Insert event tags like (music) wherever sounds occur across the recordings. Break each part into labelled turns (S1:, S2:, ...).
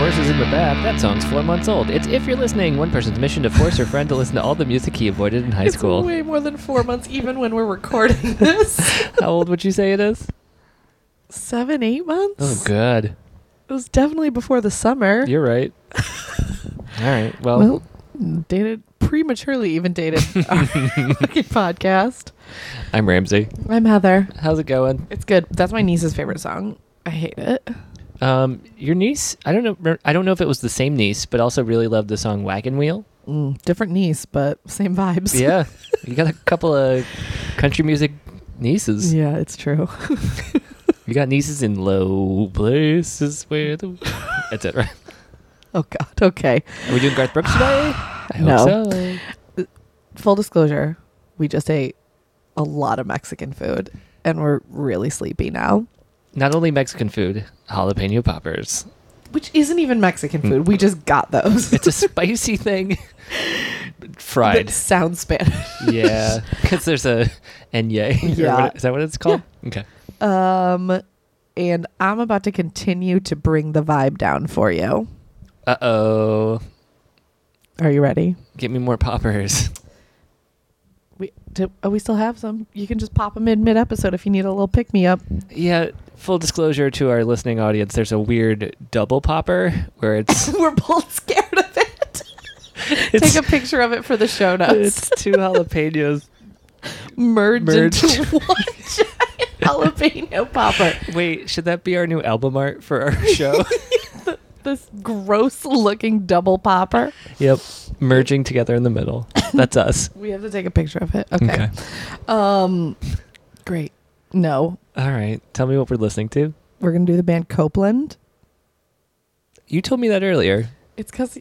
S1: app. That song's four months old. It's If You're Listening, one person's mission to force her friend to listen to all the music he avoided in high
S2: It's
S1: school.
S2: way more than four months, even when we're recording (laughs) this.
S1: How old would you say it
S2: (laughs)
S1: is?
S2: Seven, eight months?
S1: Oh, good.
S2: It was definitely before the summer.
S1: You're
S2: (laughs)
S1: right. All right. Well,
S2: well, dated prematurely,
S1: (laughs)
S2: even dated our fucking podcast.
S1: I'm Ramsey.
S2: I'm Heather.
S1: How's it going?
S2: It's good. That's my niece's favorite song. I hate it.
S1: Um, your niece? I don't know. I don't know if it was the same niece, but also really loved the song "Wagon
S2: (laughs)
S1: Wheel."
S2: Mm, different niece, but same vibes.
S1: Yeah, you got a couple of country music nieces.
S2: (laughs) Yeah, it's true. (laughs)
S1: You got nieces in low places where
S2: (laughs)
S1: the. That's it, right?
S2: Oh, God. Okay.
S1: Are we doing Garth Brooks
S2: (sighs)
S1: today? I hope
S2: No.
S1: so.
S2: Full disclosure, we just ate a lot of Mexican food and we're really sleepy now,
S1: Not only Mexican food, jalapeno poppers.
S2: which isn't even Mexican
S1: Hmm.
S2: food. We just
S1: (laughs)
S2: got those.
S1: It's a spicy thing, fried.
S2: That sounds Spanish. (laughs)
S1: yeah, because there's a enye. (laughs) or
S2: Yeah.
S1: what- is that what it's called? Okay.
S2: Um, and I'm about to continue to bring the vibe down for you.
S1: Uh oh.
S2: Are you ready?
S1: Get me more poppers.
S2: We do, oh, we still have some. You can just pop them in mid episode if you need a little pick me up.
S1: Yeah, full disclosure to our listening audience, there's a weird double popper where
S2: (laughs)
S1: it's
S2: (laughs) We're both scared of it.
S1: It's-
S2: Take a picture of it for the show notes.
S1: it's two jalapenos.
S2: Merged,
S1: merged.
S2: into (laughs) one
S1: (laughs)
S2: giant jalapeno popper.
S1: Wait, should that be our new album art for our
S2: (laughs)
S1: show?
S2: This gross looking double popper.
S1: yep, merging together in the middle. That's us.
S2: We have to take a picture of it. (laughs) Okay. Um, great. No,
S1: All right. Tell me what we're listening to.
S2: we're gonna do the band Copeland.
S1: You told me that earlier.
S2: It's because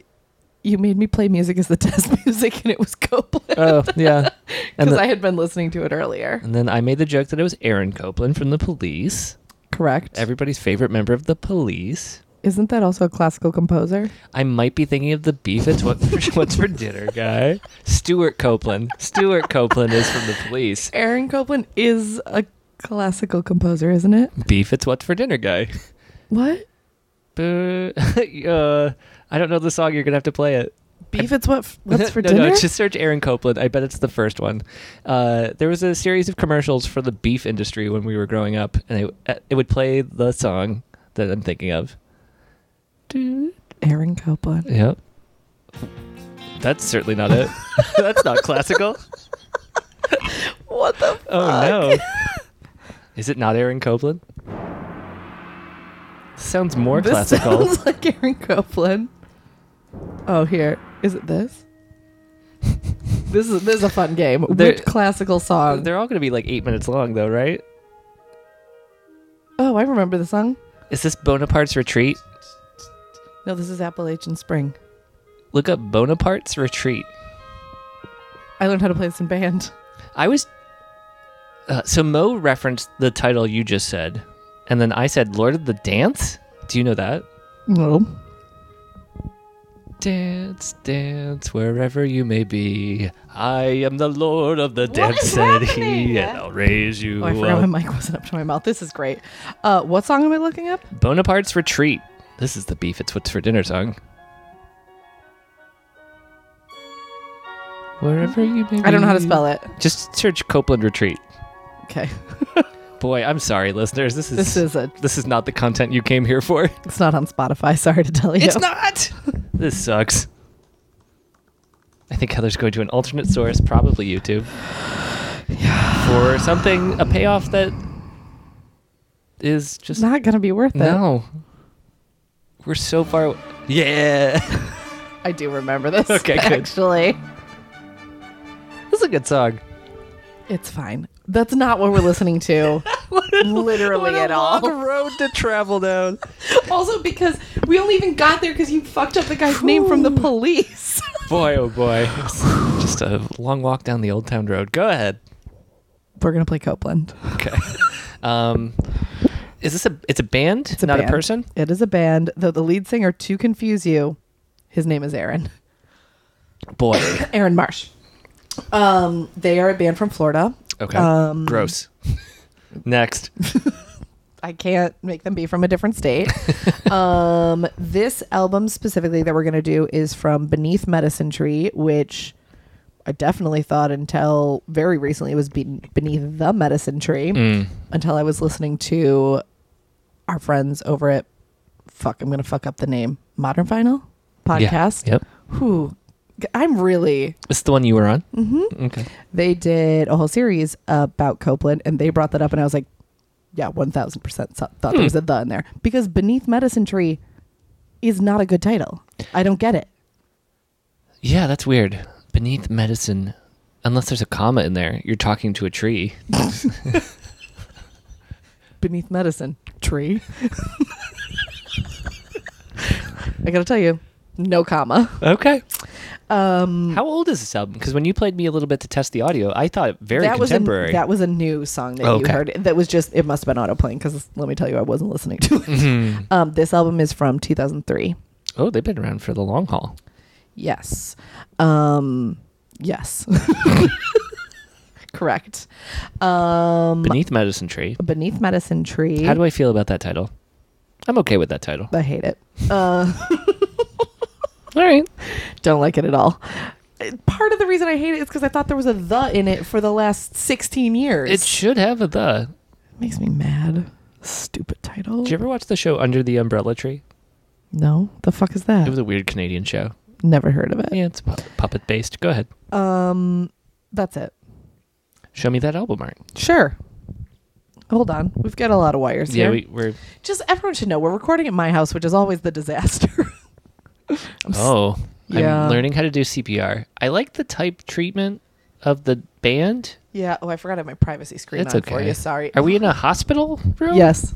S2: you made me play music as the (laughs) test music, and it was Copeland
S1: Oh,
S2: (laughs)
S1: yeah. And,
S2: because
S1: the-
S2: I had been listening to it earlier.
S1: and then I made the joke that it was Aaron Copeland from The Police,
S2: Correct.
S1: everybody's favorite member of The Police.
S2: Isn't that also a classical composer?
S1: I might be thinking of the beef. It's what (laughs) what's for dinner guy. Stuart Copeland. Stuart Copeland is from the police.
S2: Aaron Copeland is a classical composer, isn't it?
S1: Beef. It's what's for dinner guy. (laughs)
S2: What
S1: Boo. (laughs) uh, I don't know the song. You're gonna have to play it.
S2: beef? It's
S1: (laughs)
S2: what f- what's for
S1: no,
S2: dinner.
S1: No, just search Aaron Copeland. I bet it's the first one. Uh, there was a series of commercials for the beef industry when we were growing up, and uh, it, it would play the song that I'm thinking of.
S2: Aaron Copeland.
S1: Yep. That's certainly not (laughs) it. That's not classical.
S2: What the?
S1: Oh no. Is it not Aaron Copeland? Sounds more
S2: this
S1: classical. (laughs)
S2: sounds (laughs) like Aaron Copeland. Oh, here is it. This. (laughs) this is this is a fun game.
S1: There-
S2: Which classical song?
S1: Um, They're all going to be like 8 minutes long though, right?
S2: oh, I remember the song.
S1: Is this Bonaparte's Retreat?
S2: No, this is Appalachian Spring.
S1: Look up Bonaparte's Retreat.
S2: I learned how to play this in band.
S1: I was uh, so Mo referenced the title you just said, and then I said Lord of the Dance. Do you know that?
S2: No.
S1: Dance, dance, wherever you may be. I am the Lord of the
S2: What
S1: Dance,
S2: is
S1: (laughs) said
S2: happening?
S1: he, and I'll raise you
S2: Oh, I forgot
S1: up.
S2: my mic wasn't up to my mouth. This is great. Uh, what song am I looking up?
S1: Bonaparte's Retreat. This is the beef. It's what's for dinner song. Wherever you may
S2: I don't know how to
S1: be.
S2: spell it.
S1: Just search Copeland Retreat.
S2: Okay.
S1: Boy, I'm sorry, listeners. This is
S2: This is a
S1: this is not the content you came here for.
S2: it's not on Spotify, (laughs) sorry to tell
S1: (laughs)
S2: you.
S1: It's not. This sucks. I think Heather's going to an alternate source, probably (sighs) YouTube, for something a payoff that is
S2: It's
S1: just
S2: not gonna be worth it.
S1: no. We're so far. Away. Yeah, (laughs)
S2: I do remember (laughs) this.
S1: Okay, good.
S2: Actually.
S1: this is a good song.
S2: It's fine. That's not what we're listening (laughs) to. literally at all.
S1: road to travel down.
S2: Also because we only even got there because you fucked up the guy's name from the (laughs) police.
S1: Boy, oh boy, (laughs) It's just a long walk down the old town road. Go ahead.
S2: we're gonna play Copeland.
S1: (laughs) Okay. Um, is this a? It's a band,
S2: It's a
S1: not
S2: band.
S1: a person.
S2: It is a band, though the lead singer to confuse you, his name is Aaron.
S1: (coughs) Boy.
S2: Aaron Marsh. Um,
S1: Uh,
S2: (laughs) they are a band from Florida.
S1: Okay.
S2: Um,
S1: Gross. Next.
S2: I can't make them be from a
S1: (laughs)
S2: different state. um, this album specifically that we're going to do is from Beneath Medicine Tree, which I definitely thought until very recently it was be- Beneath the Medicine Tree
S1: Mm.
S2: until I was listening to our friends over at fuck I'm going to fuck up the name Modern Vinyl
S1: Yeah.
S2: podcast.
S1: Yep.
S2: Whew. I'm really
S1: It's the one you were on. Mm-hmm. Okay.
S2: they did a whole series about Copeland, and they brought that up, and I was like, "Yeah, one thousand percent thought
S1: Hmm.
S2: there was a the in there because Beneath Medicine Tree is not a good title. I don't get it.
S1: Yeah, that's weird. Beneath medicine, unless there's a comma in there, you're talking to a tree.
S2: Beneath Medicine Tree. (laughs) I gotta tell you, no comma.
S1: Okay.
S2: Um,
S1: How old is this album? Because when you played me a little bit to test the audio, I thought it very
S2: that was a,
S1: contemporary. (laughs)
S2: that was a new song that
S1: Okay.
S2: you heard. That was just it must have been autoplaying because let me tell you, I wasn't listening to it.
S1: Mm-hmm.
S2: Um, this album is from 2003.
S1: oh, they've been around for the long haul.
S2: Yes. Um yes. (laughs) Correct. Um
S1: Beneath medicine tree.
S2: Beneath Medicine Tree.
S1: How do I feel about that title? I'm okay with that title.
S2: I hate it. Uh (laughs)
S1: All right.
S2: don't like it at all. Part of the reason I hate it is because I thought there was a the in it for the last 16 years.
S1: It should have a the.
S2: makes me mad. Stupid title.
S1: Did you ever watch the show Under the Umbrella Tree?
S2: no. The fuck is
S1: It was
S2: that?
S1: a weird Canadian show.
S2: Never heard of it.
S1: Yeah, it's pu- puppet based. Go ahead.
S2: Um that's it.
S1: Show me that album art.
S2: Sure. Hold on. We've got a lot of wires
S1: Yeah,
S2: here.
S1: we, we're.
S2: just everyone should know we're recording at my house, which is always the disaster. (laughs) I'm s-
S1: Oh,
S2: Yeah.
S1: I'm learning how to do CPR. I like the type treatment of the band.
S2: yeah. Oh, I forgot I have my privacy screen
S1: It's
S2: on for
S1: okay.
S2: you. Sorry.
S1: Are
S2: (laughs)
S1: we in a hospital room?
S2: Yes.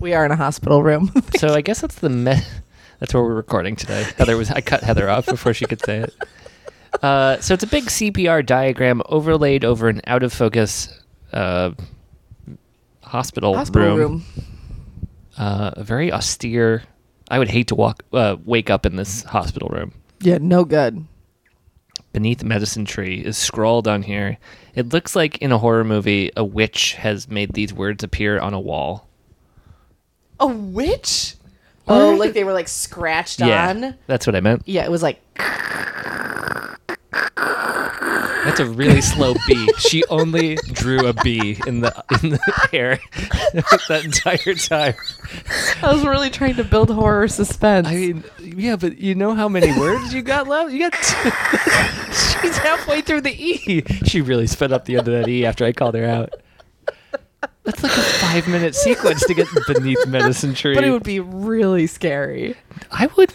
S2: We are in a hospital room. (laughs)
S1: So I guess that's the me- (laughs) that's where we're recording today. Heather was I cut Heather off before she could say it. Uh, so it's a big CPR diagram overlaid over an out of focus uh, hospital,
S2: (laughs) hospital room.
S1: Uh, a very austere. I would hate to walk uh, wake up in this hospital room.
S2: Yeah, no good.
S1: beneath medicine tree is scrawled on here. It looks like in a horror movie, a witch has made these words appear on a wall.
S2: A witch? Oh,
S1: What?
S2: like they were like scratched on.
S1: that's what I meant.
S2: Yeah, it was like (laughs)
S1: That's a really slow B. She only drew a B in the (laughs) in the air (laughs) that entire time.
S2: I was really trying to build horror suspense.
S1: I mean, yeah, but you know how many words you got left? You got.
S2: (laughs)
S1: Two. (laughs) She's halfway through the E. She really sped up the end of that E after I called her out. That's like a five-minute sequence to get beneath medicine tree.
S2: but it would be really scary.
S1: I would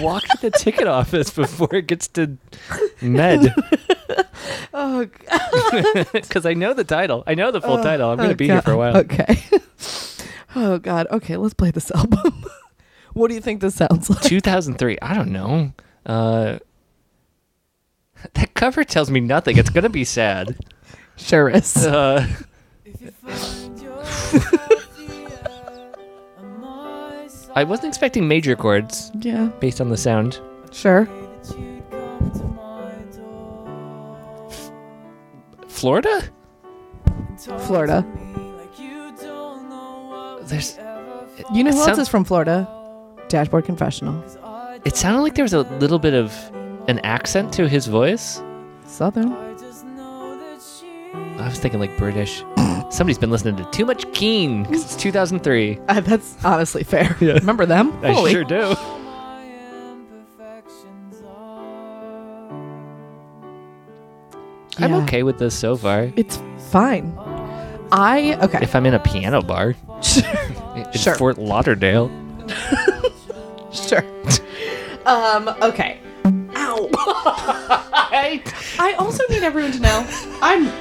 S1: walk to the ticket office before it gets to med
S2: (laughs) Oh, g-
S1: because I know the title. I know the full title. I'm going to
S2: Oh,
S1: be here
S2: God.
S1: for a
S2: (laughs)
S1: while.
S2: Okay. oh God. Okay, let's play this album. (laughs) what do you think this sounds like?
S1: 2003. I don't know. Uh, that cover tells me nothing. It's going to be
S2: (laughs)
S1: sad.
S2: Sure is.
S1: Uh, I wasn't expecting major chords
S2: Yeah,
S1: based on the sound.
S2: sure.
S1: Florida?
S2: Florida.
S1: There's.
S2: You know
S1: it
S2: who else
S1: sound-
S2: is from Florida? Dashboard Confessional.
S1: It sounded like there was a little bit of an accent to his voice.
S2: Southern.
S1: I was thinking like British. (coughs) Somebody's been listening to too much Keen because it's 2003.
S2: Uh, that's honestly fair.
S1: Yeah.
S2: Remember them?
S1: I sure do. I'm
S2: Yeah.
S1: okay with this so far.
S2: It's fine. I okay.
S1: If I'm in a piano bar in
S2: Sure.
S1: Fort Lauderdale,
S2: (laughs) sure. um. Okay. Ow. (laughs)
S1: I,
S2: I also need everyone to know I'm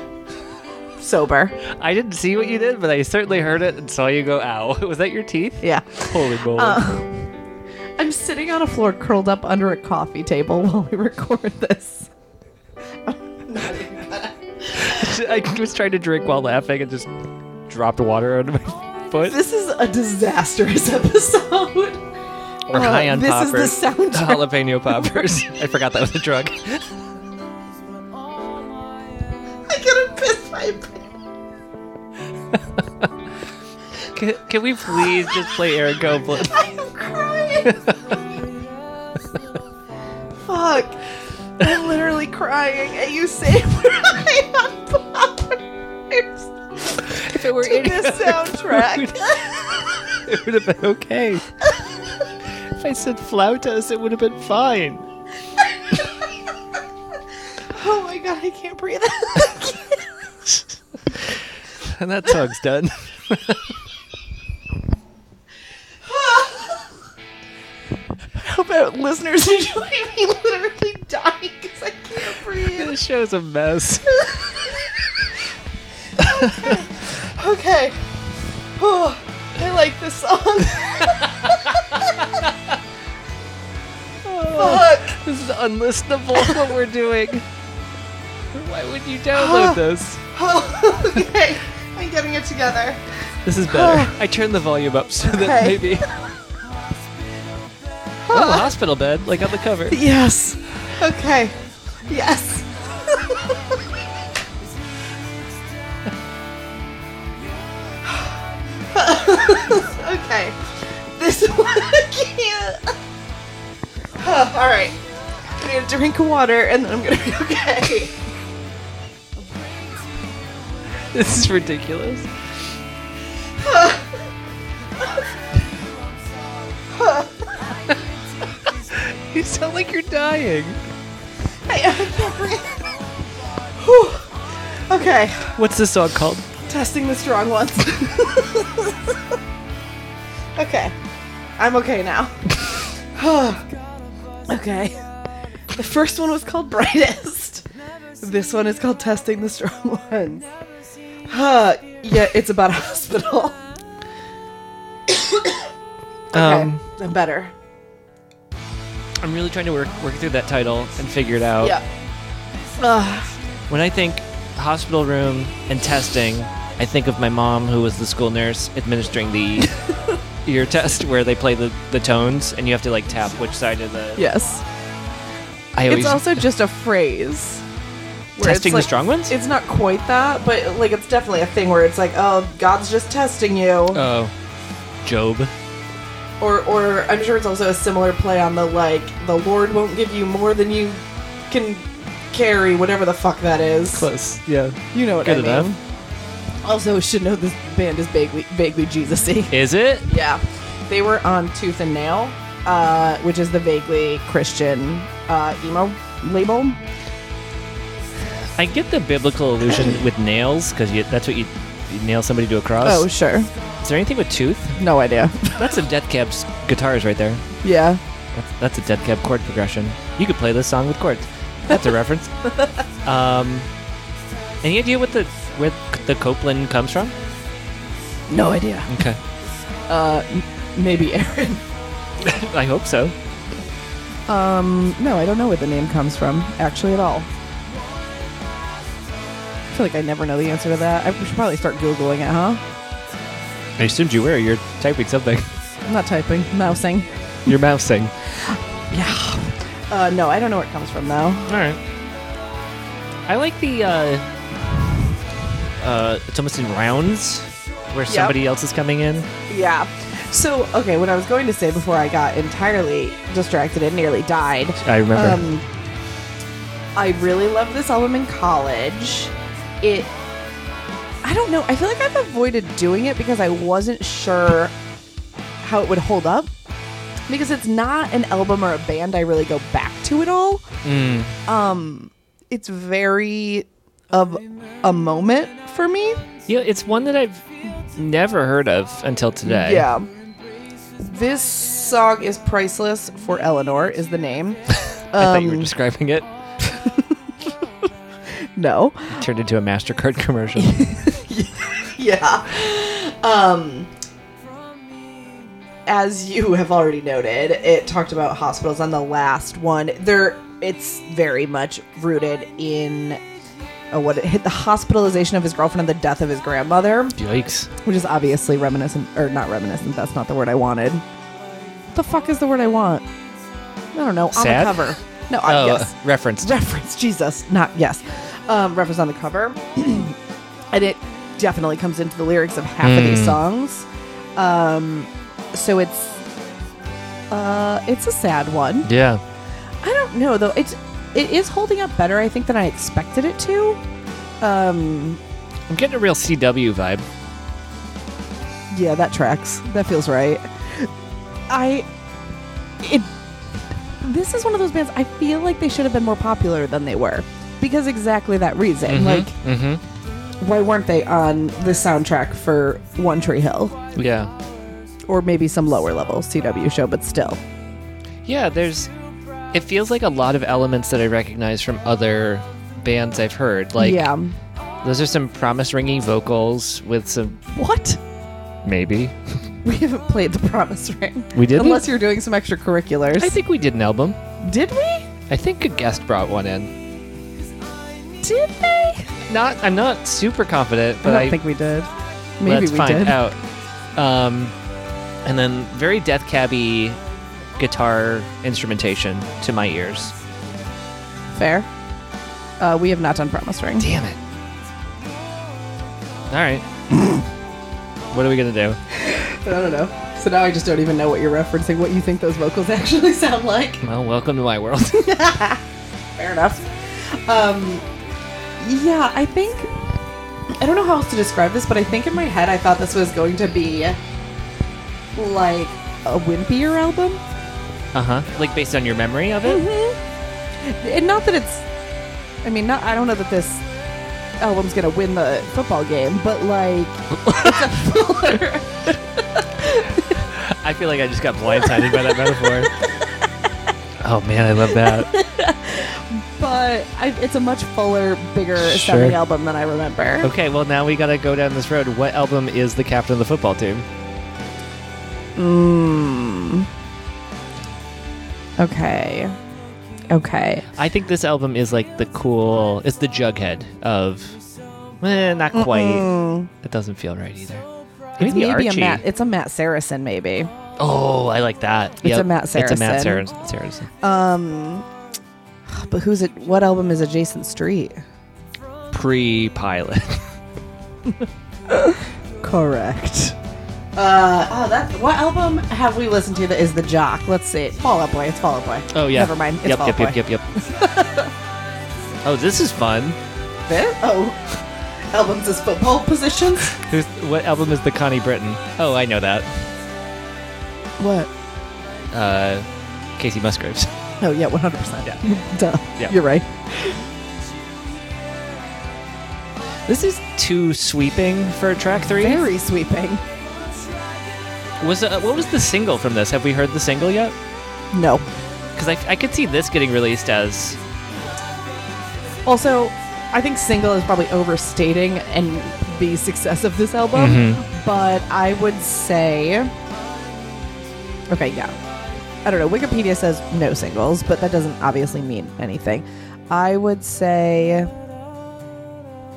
S2: sober.
S1: I didn't see what you did, but I certainly heard it and saw you go, ow. (laughs) Was that your teeth?
S2: Yeah.
S1: Holy
S2: Uh.
S1: moly. (laughs)
S2: I'm sitting on a floor curled up under a coffee table (laughs) while we record this.
S1: I was trying to drink while laughing and just dropped water onto my foot.
S2: This is a disastrous (laughs) episode.
S1: or high on
S2: this is the
S1: poppers. (laughs)
S2: soundtrack. (laughs)
S1: jalapeno poppers. I forgot that was a drug.
S2: I gotta piss my pants.
S1: Can, can we please just play Eric Copeland?
S2: I'm crying. Fuck. I'm literally crying, and you (laughs) say I am bothered
S1: If it were
S2: to this soundtrack.
S1: (laughs) it would have been okay. if I said flautas, it would have been fine.
S2: (laughs) oh my god, I can't breathe. (laughs)
S1: And that song's done. (laughs)
S2: I hope our listeners enjoy me literally dying because I can't breathe.
S1: (laughs) this show's a mess.
S2: Okay. Oh, I like this song. Fuck.
S1: Oh, This is unlistenable (laughs) what we're doing. Why would you
S2: (gasps)
S1: download this?
S2: Oh, okay. I'm getting it together.
S1: This is
S2: (gasps)
S1: better. I turned the volume up so that
S2: Okay. (laughs)
S1: maybe. Oh, hospital bed, like on the
S2: (laughs)
S1: cover.
S2: Yes. Okay. Yes. okay. This one I can't. Oh, all right. I'm gonna drink water and then I'm gonna be okay.
S1: This is ridiculous.
S2: (laughs)
S1: you sound like you're dying.
S2: I, I can't breathe. Whew. Okay.
S1: What's this song called?
S2: Testing the strong ones. (laughs) okay. I'm okay now. (sighs) okay. The first one was called Brightest. This one is called Testing the Strong Ones. (sighs) Huh. yeah, it's about a hospital. Okay,
S1: Um,
S2: I'm better.
S1: I'm really trying to work work through that title and figure it out.
S2: Yeah. Ugh.
S1: When I think hospital room and testing, I think of my mom who was the school nurse administering the
S2: (laughs)
S1: ear test where they play the, the tones and you have to like tap which side of the
S2: yes.
S1: I always
S2: It's also just a phrase. where it's
S1: testing the
S2: like-
S1: strong ones?
S2: It's not quite that, but like it's definitely a thing where it's like, oh, God's just testing you,
S1: Oh. Job.
S2: or or I'm sure it's also a similar play on the like the Lord won't give you more than you can carry, whatever the fuck that is.
S1: Close. Yeah.
S2: You know what
S1: Good
S2: I
S1: to
S2: mean.
S1: them.
S2: Also, should know this band is vaguely vaguely Jesusy.
S1: Is it?
S2: (laughs) yeah, they were on Tooth and Nail, uh, which is the vaguely Christian uh, emo label.
S1: I get the biblical illusion
S2: (laughs)
S1: with nails because that's what you, you nail somebody to a cross.
S2: Oh, sure,
S1: Is there anything with tooth?
S2: no idea.
S1: That's some Death Cab's guitars right there.
S2: yeah,
S1: That's, that's a Death Cab chord progression. You could play this song with chords. That's a
S2: (laughs)
S1: reference. Um, any idea what the where the Copeland comes from?
S2: no idea.
S1: Okay,
S2: Uh, m- maybe (laughs) Aaron.
S1: (laughs) I hope so.
S2: Um, no, I don't know where the name comes from, actually, at all. I feel like I never know the answer to that. I should probably start Googling it, huh?
S1: I assumed you were. You're typing something. (laughs)
S2: I'm not typing, mousing.
S1: Your mousing.
S2: Yeah. Uh, no, I don't know where it comes from, though.
S1: All right. I like the. Uh, uh, it's almost in rounds where somebody else is coming in.
S2: Yeah. So, okay, what I was going to say before I got entirely distracted and nearly died
S1: I remember.
S2: Um, I really loved this album in college. It, I don't know. I feel like I've avoided doing it because I wasn't sure how it would hold up. Because it's not an album or a band I really go back to at all. Um, it's very of a moment for me.
S1: Yeah, it's one that I've never heard of until today.
S2: Yeah. This song is priceless for Eleanor is the name.
S1: I thought you
S2: um,
S1: were describing it.
S2: No.
S1: It turned into a MasterCard (laughs) commercial.
S2: (laughs) yeah. Um, as you have already noted, it talked about hospitals on the last one. There, it's very much rooted in uh, what it hit the hospitalization of his girlfriend and the death of his grandmother,
S1: Yikes.
S2: which is obviously reminiscent or not reminiscent. That's not the word I wanted. The fuck is the word I want? I don't know.
S1: Sad?
S2: On the cover. No, I
S1: oh,
S2: yes
S1: referenced.
S2: reference jesus not yes um, reference (clears throat) on the cover and it definitely comes into the lyrics of half of these songs Um, so it's uh it's a sad one.
S1: Yeah.
S2: I don't know though. It's it is holding up better I think than I expected it to. Um
S1: I'm getting a real CW vibe.
S2: yeah, that tracks. That feels right. I it this is one of those bands I feel like they should have been more popular than they were because exactly that reason. Like
S1: Mm-hmm.
S2: why weren't they on the soundtrack for One Tree Hill
S1: Yeah.
S2: or maybe some lower level CW show but still.
S1: Yeah, there's. It feels like a lot of elements that I recognize from other bands I've heard. Like,
S2: yeah.
S1: those are some promise ringing vocals with some.
S2: What? (laughs)
S1: Maybe.
S2: We haven't played the promise ring.
S1: We didn't?
S2: Unless you're doing some extracurriculars.
S1: I think we did an album.
S2: did we?
S1: I think a guest brought one in.
S2: Did they?
S1: Not, I'm not super confident, but
S2: I don't
S1: I,
S2: think we did. Maybe
S1: let's
S2: we
S1: find
S2: did.
S1: out. Um, and then very death cabby guitar instrumentation to my ears.
S2: Fair. Uh, we have not done promise ring.
S1: Damn it! All (clears throat) right, what are we gonna do?
S2: (laughs) I don't know. So now I just don't even know what you're referencing, what you think those vocals (laughs) actually sound like.
S1: Well, welcome to my world. (laughs)
S2: Fair enough. Um, yeah, I think I don't know how else to describe this, but I think in my head I thought this was going to be like a wimpier album.
S1: uh huh. Like based on your memory of (laughs) it.
S2: Mm-hmm. And not that it's, I mean, not I don't know that this album's gonna win the football game, but like
S1: I feel like I just got blindsided by that metaphor. (laughs) Oh man, I love that.
S2: but I, it's a much fuller, bigger
S1: Sure.
S2: sounding album than I remember.
S1: (laughs) Okay, well now we gotta go down this road. What album is the captain of the football team?
S2: Okay. Okay.
S1: I think this album is like the cool. It's the Jughead of, eh, not quite. It doesn't feel right either. Maybe,
S2: It's maybe a
S1: Archie.
S2: Matt. It's a Matt Saracen, maybe.
S1: oh, I like that.
S2: It's a Matt
S1: It's a Matt
S2: Saracen.
S1: Saracen. Saracen.
S2: Um, but who's it? What album is Adjacent Street?
S1: Pre-pilot.
S2: Correct. Uh, oh, that. What album have we listened to that is the jock? Let's see. Fall Out Boy. It's Fall Out Boy.
S1: Oh yeah.
S2: Never mind. It's
S1: yep,
S2: Fall
S1: yep,
S2: Out
S1: yep,
S2: Boy.
S1: yep,
S2: (laughs)
S1: yep, oh, this is fun.
S2: This? Oh, albums is football positions.
S1: Who's, what album is the Connie Britton? Oh, I know that.
S2: What?
S1: Uh, Casey Musgraves.
S2: Oh yeah, one hundred percent.
S1: Yeah.
S2: Duh.
S1: Yeah.
S2: You're right.
S1: This is too sweeping for track three.
S2: Very sweeping.
S1: Was uh, what was the single from this? Have we heard the single yet?
S2: No.
S1: Because I, I could see this getting released as
S2: Also, I think single is probably overstating and the success of this album, but I would say, okay, yeah, I don't know. Wikipedia says no singles, but that doesn't obviously mean anything. I would say,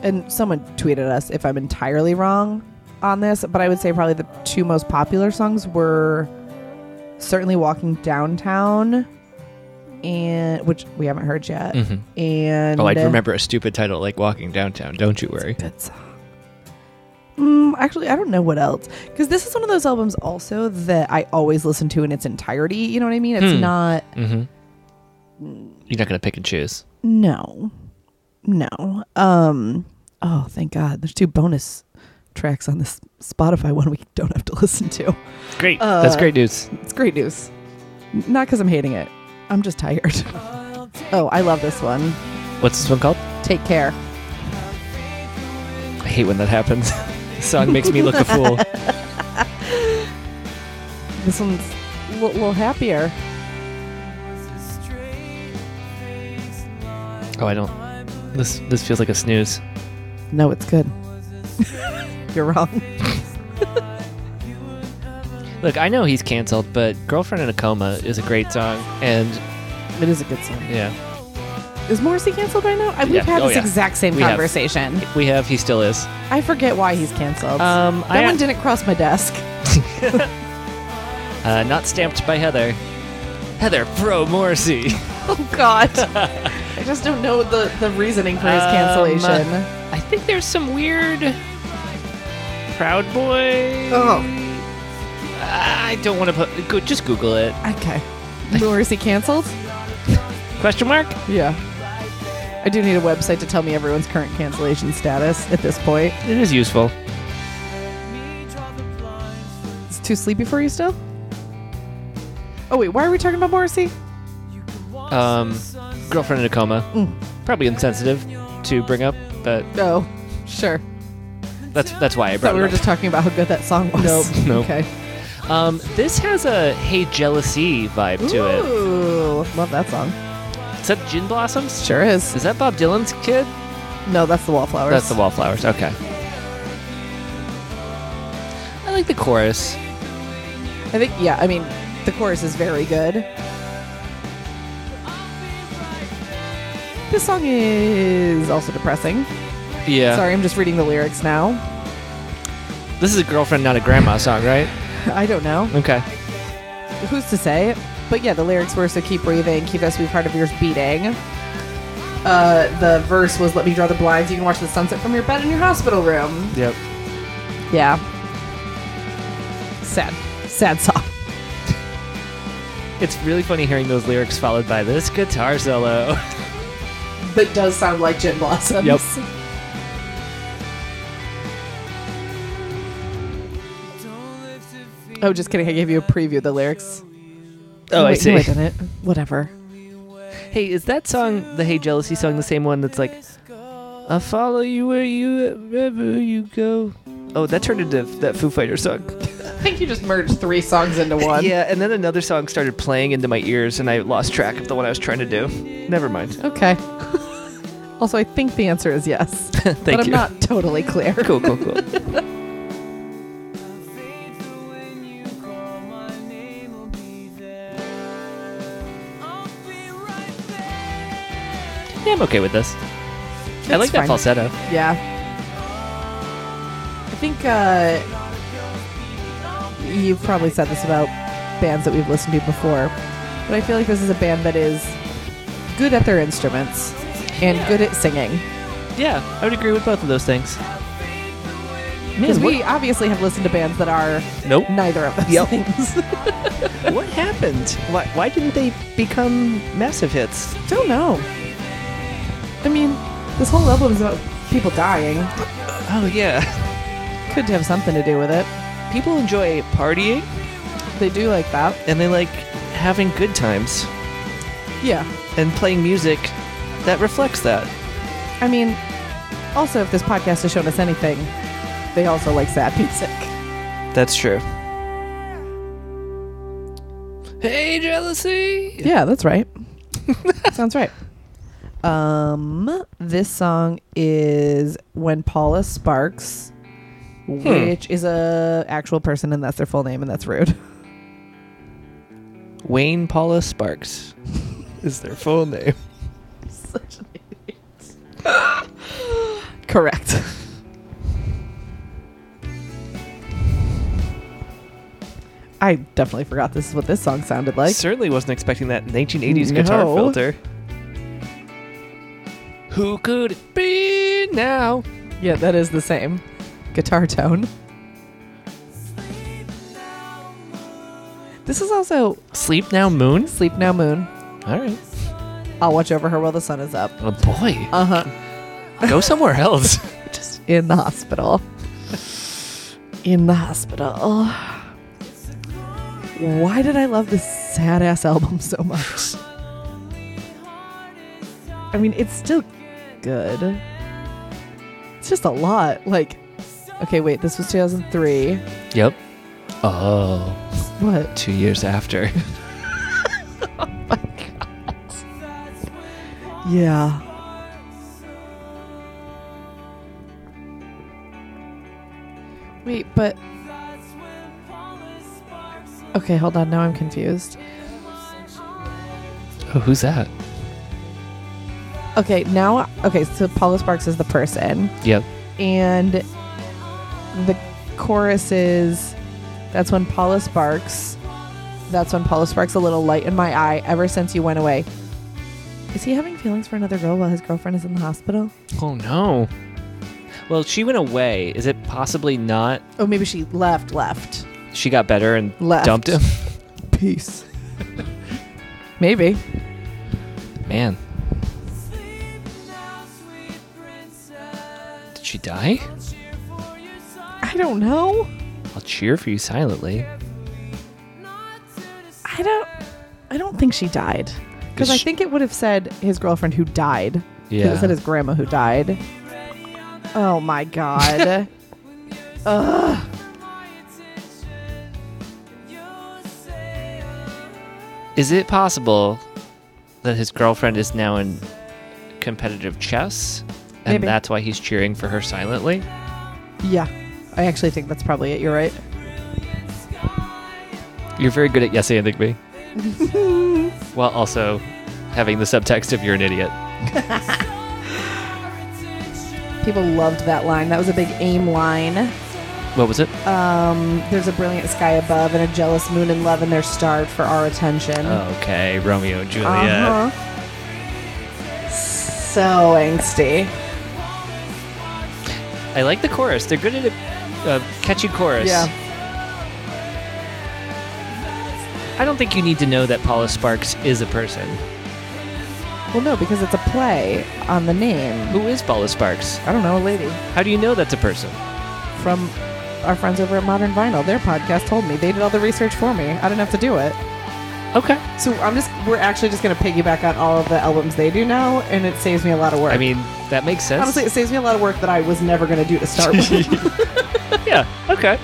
S2: and someone tweeted us if I'm entirely wrong on this, but I would say probably the two most popular songs were certainly "Walking Downtown." And which we haven't heard yet, and
S1: Oh, I'd remember a stupid title like Walking Downtown. Don't you worry.
S2: good song. Mm, actually, I don't know what else because this is one of those albums also that I always listen to in its entirety. You know what I mean? It's not
S1: Mm-hmm. You're not going to pick and choose.
S2: no, no. Um. Oh, thank God. There's two bonus tracks on this Spotify one we don't have to (laughs) listen to.
S1: Great.
S2: Uh,
S1: That's great news.
S2: It's great news. Not because I'm hating it. I'm just tired. (laughs) oh, I love this one.
S1: What's this one called?
S2: Take care.
S1: I hate when that happens. the (laughs) song makes me look a fool.
S2: This one's a li- little happier.
S1: Oh, I don't. This this feels like a snooze.
S2: No, it's good. (laughs) You're wrong.
S1: Look, I know he's canceled, but "Girlfriend in a Coma" is a great song, and
S2: It is a good song.
S1: yeah,
S2: Is Morrissey canceled right now? I, we've
S1: Yeah.
S2: had
S1: Oh,
S2: this
S1: yeah.
S2: exact same
S1: We have.
S2: conversation.
S1: we have. He still is.
S2: I forget why he's canceled.
S1: Um, I
S2: that one didn't cross my (laughs) desk.
S1: uh, not stamped by Heather. Heather pro Morrissey. (laughs)
S2: Oh (laughs) God! I just don't know the, the reasoning for his
S1: Um,
S2: cancellation. (laughs)
S1: I think there's some weird Proud Boy. Ah,
S2: Oh.
S1: I don't want to put. Go, just Google it.
S2: Okay. Lure is he canceled?
S1: Question mark?
S2: Yeah. I do need a website to tell me everyone's current cancellation status at this point.
S1: It is useful.
S2: It's too sleepy for you still? Oh wait, why are we talking about Morrissey?
S1: Um, girlfriend in a coma.
S2: Mm.
S1: Probably insensitive to bring up, but
S2: No. Oh, Sure.
S1: that's that's why I
S2: Thought
S1: brought
S2: we were
S1: it
S2: just talking about how good that song was.
S1: Nope, nope.
S2: Okay.
S1: up. Um, this has a "Hey Jealousy" vibe to it.
S2: Ooh, love that song.
S1: Is that Gin Blossoms?
S2: Sure is.
S1: Is that Bob Dylan's kid?
S2: No, that's the Wallflowers.
S1: That's the Wallflowers. Okay. I like the chorus.
S2: I think. Yeah, I mean, the chorus is very good. This song is also depressing.
S1: Yeah.
S2: Sorry, I'm just reading the lyrics now. (laughs)
S1: This is a girlfriend, not a grandma song, right?
S2: I don't know.
S1: Okay.
S2: who's to say? But yeah, the lyrics were so keep breathing, keep that sweet part of yours beating. Uh, the verse was let me draw the blinds, you can watch the sunset from your bed in your hospital room.
S1: Yep.
S2: Yeah. Sad. Sad song.
S1: It's really funny hearing those lyrics followed by this guitar solo. (laughs)
S2: That does sound like Gin Blossoms. (laughs)
S1: Yep.
S2: Oh, just kidding. I gave you a preview of the lyrics.
S1: Oh, I
S2: Wait, no,
S1: see.
S2: didn't. Whatever.
S1: Hey, is that song, the Hey Jealousy song, the same one that's like, I follow you where you, wherever you go? Oh, that turned into that Foo Fighter song.
S2: I think you just merged three songs (laughs) into one.
S1: Yeah, and then another song started playing into my ears, and I lost track of the one I was trying to do. Never (laughs) mind.
S2: (laughs) Okay. also, I think the answer is yes.
S1: Thank
S2: but I'm
S1: you.
S2: not totally clear.
S1: Cool, cool, (laughs) cool. yeah, I'm okay with this. I
S2: It's
S1: like
S2: fine.
S1: that falsetto.
S2: Yeah. I think uh, you've probably said this about bands that we've listened to before, but I feel like this is a band that is good at their instruments and good at singing.
S1: Yeah, I would agree with both of those things.
S2: Because
S1: Man,
S2: we obviously have listened to bands that are
S1: Nope.
S2: neither of those
S1: Yep.
S2: things. (laughs)
S1: what, what happened? Why, why didn't they become massive hits?
S2: Don't know. I mean, this whole album is about people dying.
S1: Oh, yeah.
S2: Could have something to do with it.
S1: People enjoy partying
S2: They do like that.
S1: and they like having good times
S2: Yeah.
S1: and playing music that reflects that.
S2: I mean, also, if this podcast has shown us anything, they also like sad music.
S1: That's true. Hey, jealousy!
S2: Yeah, that's right. (laughs) Sounds right. Um, this song is when Paula Sparks, Hmm. which is a actual person, and that's their full name, and that's rude. (laughs)
S1: Wayne Paula Sparks (laughs) is their full name.
S2: Such an idiot. Correct. I definitely forgot this is what this song sounded
S1: I
S2: like.
S1: certainly wasn't expecting that 1980s guitar
S2: No.
S1: filter. Who could it be now?
S2: Yeah, that is the same guitar tone. This is also
S1: Sleep Now Moon?
S2: Sleep Now Moon.
S1: All right.
S2: I'll watch over her while the sun is up.
S1: Oh boy.
S2: Uh huh.
S1: (laughs) Go somewhere else.
S2: Just in the hospital. (sighs) In the hospital. Why did I love this sad ass album so much? I mean, it's still good. It's just a lot. Like, okay, wait, this was 2003.
S1: yep. Oh,
S2: What?
S1: two years after.
S2: Yeah. Wait, but. Okay, hold on. Now I'm confused.
S1: (laughs) Oh, who's that?
S2: Okay, now. Okay, so Paula Sparks is the person.
S1: Yep.
S2: And the chorus is that's when Paula Sparks. That's when Paula Sparks a little light in my eye ever since you went away. Is he having feelings for another girl while his girlfriend is in the hospital?
S1: Oh no. Well, she went away. Is it possibly not?
S2: Oh, maybe she left, left.
S1: she got better and
S2: Left.
S1: dumped him.
S2: Peace. Maybe.
S1: Man, did she die?
S2: I don't know.
S1: I'll cheer for you silently.
S2: I don't. I don't think she died because I
S1: She-
S2: think it would have said his girlfriend who died. 'Cause
S1: Yeah.
S2: It said his grandma who died. Oh my god. Ugh.
S1: Is it possible that his girlfriend is now in competitive chess? And
S2: Maybe.
S1: that's why he's cheering for her silently?
S2: Yeah. I actually think that's probably it. You're right.
S1: You're very good at yes anding
S2: (laughs)
S1: me. While also having the subtext of you're an idiot.
S2: People loved that line. That was a big aim line.
S1: What was it?
S2: Um, there's a brilliant sky above and a jealous moon in love, and they're starved for our attention.
S1: Oh, okay, Romeo and Juliet.
S2: Um. Uh-huh. So angsty.
S1: I like the chorus. They're good at a uh, catchy chorus.
S2: Yeah.
S1: I don't think you need to know that Paula Sparks is a person.
S2: Well, no, because it's a play on the name.
S1: Who is Paula Sparks?
S2: I don't know, a lady
S1: How do you know that's a person?
S2: from our friends over at Modern Vinyl. Their podcast told me they did all the research for me. I didn't have to do it.
S1: Okay.
S2: So I'm just we're actually just gonna piggyback on all of the albums they do now, and it saves me a lot of work.
S1: I mean, that makes sense.
S2: honestly, it saves me a lot of work that I was never gonna do to start
S1: (laughs)
S2: with.
S1: yeah. Okay.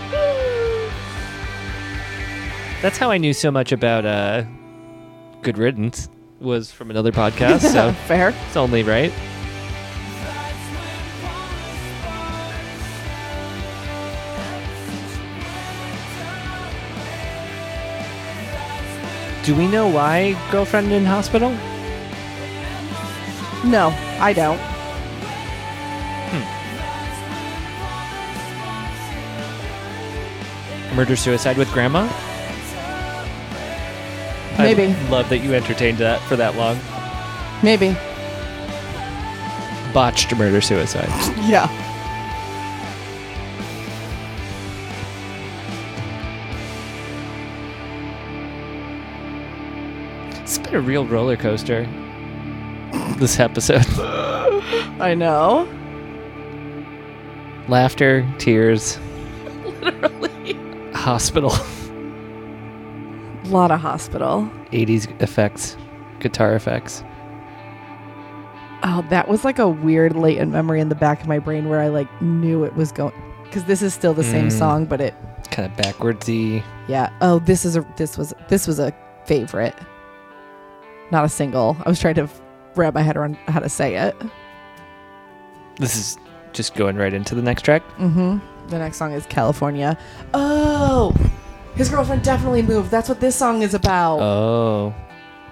S1: That's how I knew so much about uh, Good Riddance was from another podcast.
S2: (laughs)
S1: So
S2: Fair.
S1: it's only right. Do we know why girlfriend in hospital?
S2: No, I don't.
S1: Murder suicide with grandma?
S2: Maybe.
S1: I love that you entertained that for that long.
S2: Maybe.
S1: Botched murder suicide.
S2: Yeah.
S1: It's been a real roller coaster. This episode.
S2: I know.
S1: Laughter, tears. Literally. Hospital.
S2: A lot of hospital.
S1: 80s effects. Guitar effects.
S2: Oh, that was like a weird latent memory in the back of my brain where I like knew it was going because this is still the same
S1: Mm.
S2: song, but it
S1: Kind of backwardsy.
S2: yeah. Oh, this is a this was this was a favorite, not a single. I was trying to wrap my head around how to say it.
S1: This is just going right into the next track.
S2: Mm-hmm. The next song is California. Oh, his girlfriend definitely moved. That's what this song is about.
S1: Oh.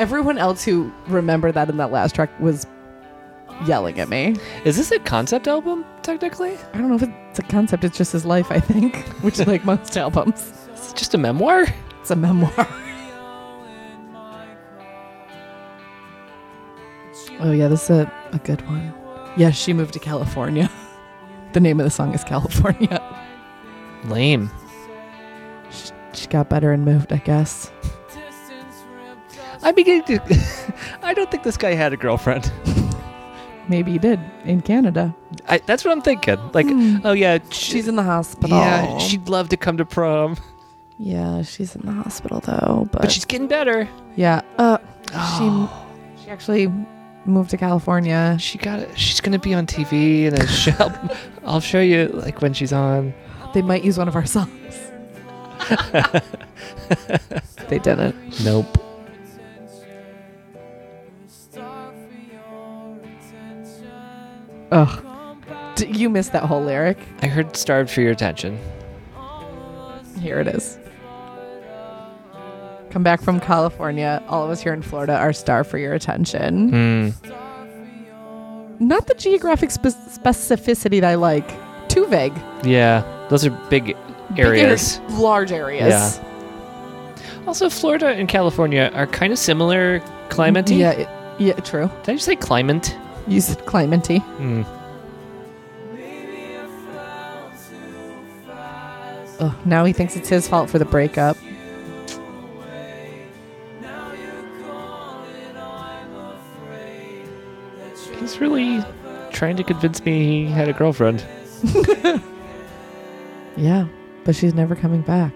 S2: Everyone else who remembered that in that last track was yelling at me.
S1: Is this a concept album, technically?
S2: I don't know if it's a concept. It's just his life, I think, (laughs) which is like most albums.
S1: Is it just a memoir?
S2: It's a memoir. Oh yeah, this is a, a good one. Yes, she moved to California. (laughs) The name of the song is California.
S1: Lame.
S2: She, she got better and moved, I guess.
S1: I'm beginning to. (laughs) I don't think this guy had a girlfriend.
S2: Maybe he did in Canada. uh,
S1: I, that's what I'm thinking. Like,
S2: Hmm.
S1: oh yeah,
S2: She's in the hospital.
S1: yeah, she'd love to come to prom,
S2: yeah, she's in the hospital though. But,
S1: but she's getting better.
S2: yeah, uh,
S1: Oh.
S2: she she actually moved to California.
S1: She got. it. She's gonna be on TV, and then she- (laughs) I'll, I'll show you like when she's (laughs) on.
S2: They might use one of our songs. they didn't.
S1: Nope.
S2: Ugh. D- you missed that whole lyric.
S1: I heard "Starved for Your Attention."
S2: Here it is. Come back from California. All of us here in Florida are star for your attention.
S1: Hmm.
S2: Not the geographic spe- specificity that I like. Too vague.
S1: Yeah, those are big
S2: Big
S1: areas.
S2: areas- large areas.
S1: Also, Florida and California are kind of similar climate.
S2: Yeah. it- yeah. True.
S1: Did I just say climate?
S2: You said climate.
S1: Hmm.
S2: Ugh, now he thinks it's his fault for the breakup.
S1: He's really trying to convince me he had a girlfriend.
S2: Yeah, but she's never coming back.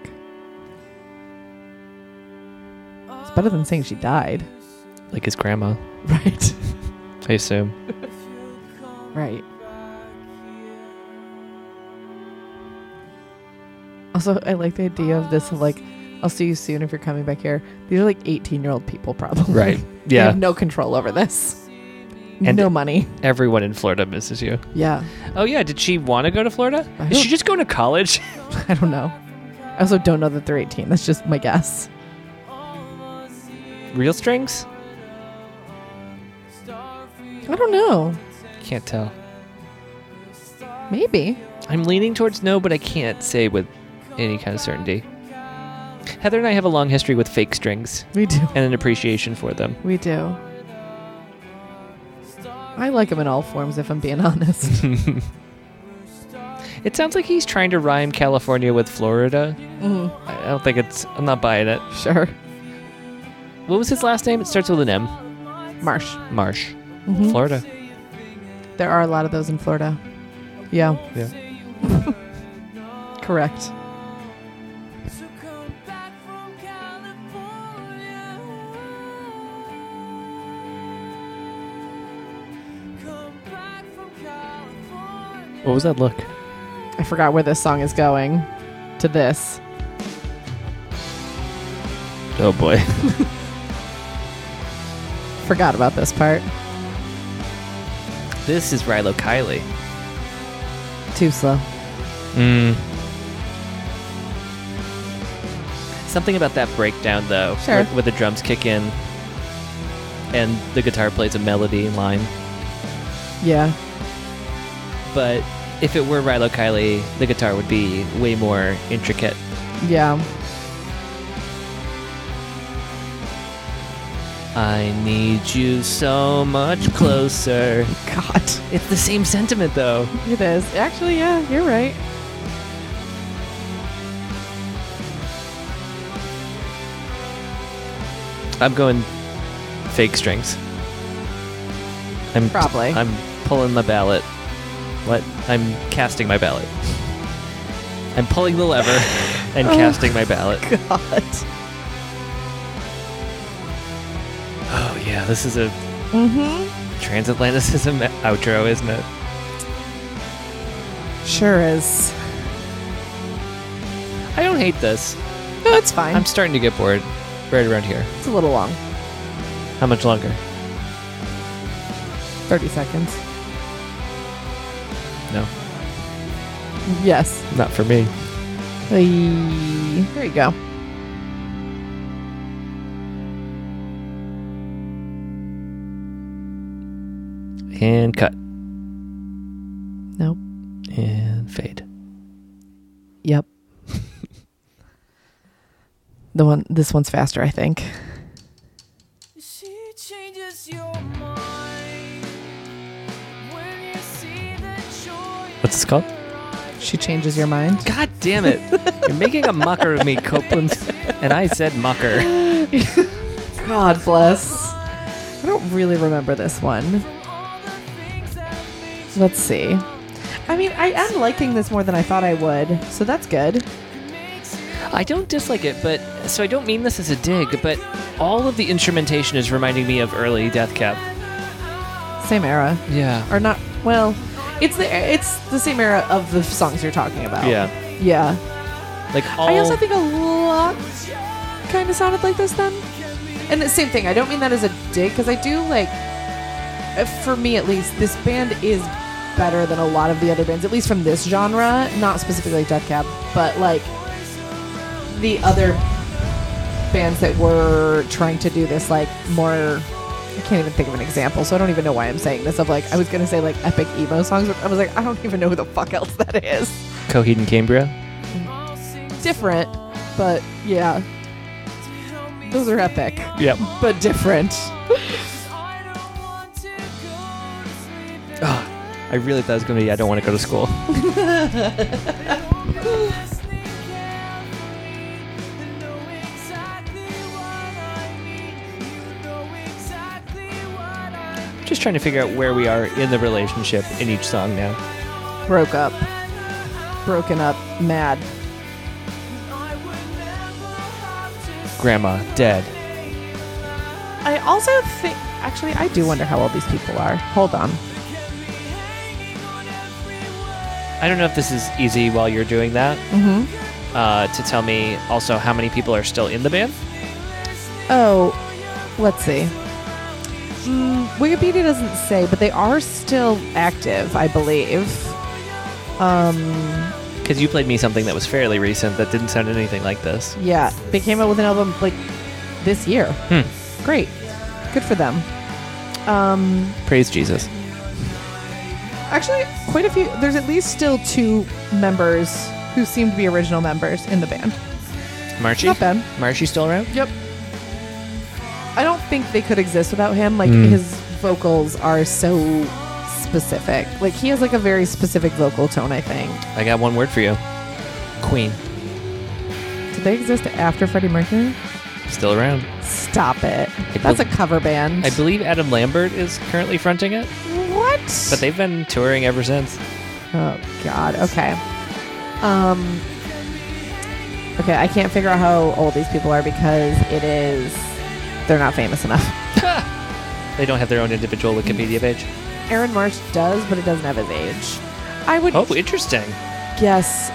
S2: It's better than saying she died. (laughs)
S1: Like his grandma,
S2: Right.
S1: I (laughs) assume.
S2: Right. Also, I like the idea of this of like, I'll see you soon if you're coming back here. These are like 18 year old people, probably. (laughs) They
S1: Yeah.
S2: have no control over this.
S1: And-
S2: no money.
S1: Everyone in Florida misses you.
S2: Yeah.
S1: Oh, yeah. Did she want to go to Florida?
S2: I
S1: Is she
S2: don't-
S1: just going to college? (laughs)
S2: (laughs) I don't know. I also don't know that they're 18. That's just my guess.
S1: Real strings?
S2: I don't know.
S1: Can't tell.
S2: Maybe.
S1: I'm leaning towards no, but I can't say with any kind of certainty. Heather and I have a long history with fake strings
S2: We do.
S1: and an appreciation for them.
S2: We do. I like them in all forms, if I'm being (laughs) honest.
S1: It sounds like he's trying to rhyme California with Florida.
S2: Mm,
S1: I I don't think it's. I'm not buying it.
S2: sure.
S1: What was his last name? It starts with an M.
S2: Marsh.
S1: Marsh,
S2: Mhm.
S1: Florida.
S2: There are a lot of those in Florida. Yeah.
S1: Yeah.
S2: Correct.
S1: What was that look?
S2: I forgot where this song is going to this.
S1: Oh (laughs) boy.
S2: Forgot about this part.
S1: This is Rilo Kiley.
S2: Too slow.
S1: Mm. Something about that breakdown, though,
S2: Sure.
S1: where, where the drums kick in and the guitar plays a melody line.
S2: Yeah.
S1: But if it were Rilo Kiley, the guitar would be way more intricate.
S2: Yeah.
S1: I need you so much closer.
S2: (laughs) God.
S1: it's the same sentiment, though.
S2: It is. Actually, yeah, you're right.
S1: I'm going fake strings. I'm
S2: Probably.
S1: I'm pulling my ballot. What? I'm casting my ballot. I'm pulling the
S2: (laughs)
S1: lever and casting my ballot.
S2: (laughs) Oh God.
S1: Oh yeah, this is a
S2: Mm-hmm.
S1: transatlanticism (laughs) outro, isn't it?
S2: Sure is.
S1: I don't hate this.
S2: No, it's fine.
S1: I'm starting to get bored. Right around here.
S2: it's a little long.
S1: How much longer?
S2: 30 seconds.
S1: No,
S2: Yes.
S1: not for me.
S2: There you go.
S1: And cut.
S2: Nope.
S1: And fade.
S2: Yep. the one this one's faster, I think.
S3: She changes your mind when you see the joy.
S1: What's this called?
S2: She changes your mind.
S1: God damn
S2: (laughs)
S1: it. You're making a mucker of me, Copeland. And I said mucker.
S2: God bless. I don't really remember this one. Let's see. I mean, I am liking this more than I thought I would, so that's good.
S1: I don't dislike it, but so I don't mean this as a dig, but all of the instrumentation is reminding me of early Death Cab.
S2: Same era,
S1: Yeah.
S2: or not? Well, it's the it's the same era of the songs you're talking about.
S1: Yeah.
S2: yeah.
S1: Like all
S2: I also think a lot kind of sounded like this then. And the same thing. I don't mean that as a dig because I do like, uh, for me at least, this band is better than a lot of the other bands, at least from this genre. Not specifically like Death Cab, but like the other bands that were trying to do this like more. I can't even think of an example, so I don't even know why I'm saying this. Of like, I was gonna say like epic emo songs, but I was like, I don't even know who the fuck else that is
S1: Coheed and Cambria.
S2: different, but yeah. Those are epic,
S1: Yep.
S2: but different.
S1: (laughs) I really thought it was gonna be I don't want to go to school. (laughs) Just trying to figure out where we are in the relationship in each song now.
S2: Broke up. Broken up. Mad.
S1: Grandma, dead.
S2: I also think. Actually, I do wonder how old these people are. Hold on.
S1: I don't know if this is easy while you're doing that
S2: Mm-hmm.
S1: uh, to tell me also how many people are still in the band.
S2: Oh, let's see. Mm, Wikipedia doesn't say, but they are still active, I believe. Um,
S1: Because you played me something that was fairly recent that didn't sound anything like this.
S2: yeah, they came out with an album like this year.
S1: Hmm.
S2: Great, good for them. Um,
S1: Praise Jesus.
S2: actually, quite a few. There's at least still two members who seem to be original members in the band.
S1: Marchie?
S2: Not bad.
S1: Marchie still around?
S2: Yep. I don't think they could exist without him.
S1: Hmm.
S2: Like his vocals are so specific. Like he has like a very specific vocal tone, I think.
S1: I got one word for you. Queen.
S2: Did they exist after Freddie Mercury?
S1: Still around.
S2: Stop it. That's a cover band.
S1: I believe Adam Lambert is currently fronting it,
S2: what?
S1: but they've been touring ever since.
S2: Oh god. Okay. Um Okay, I can't figure out how old these people are because it is they're not famous enough.
S1: They don't have their own individual Wikipedia page.
S2: Aaron March does, but it doesn't have his age. I would
S1: Oh, interesting.
S2: guess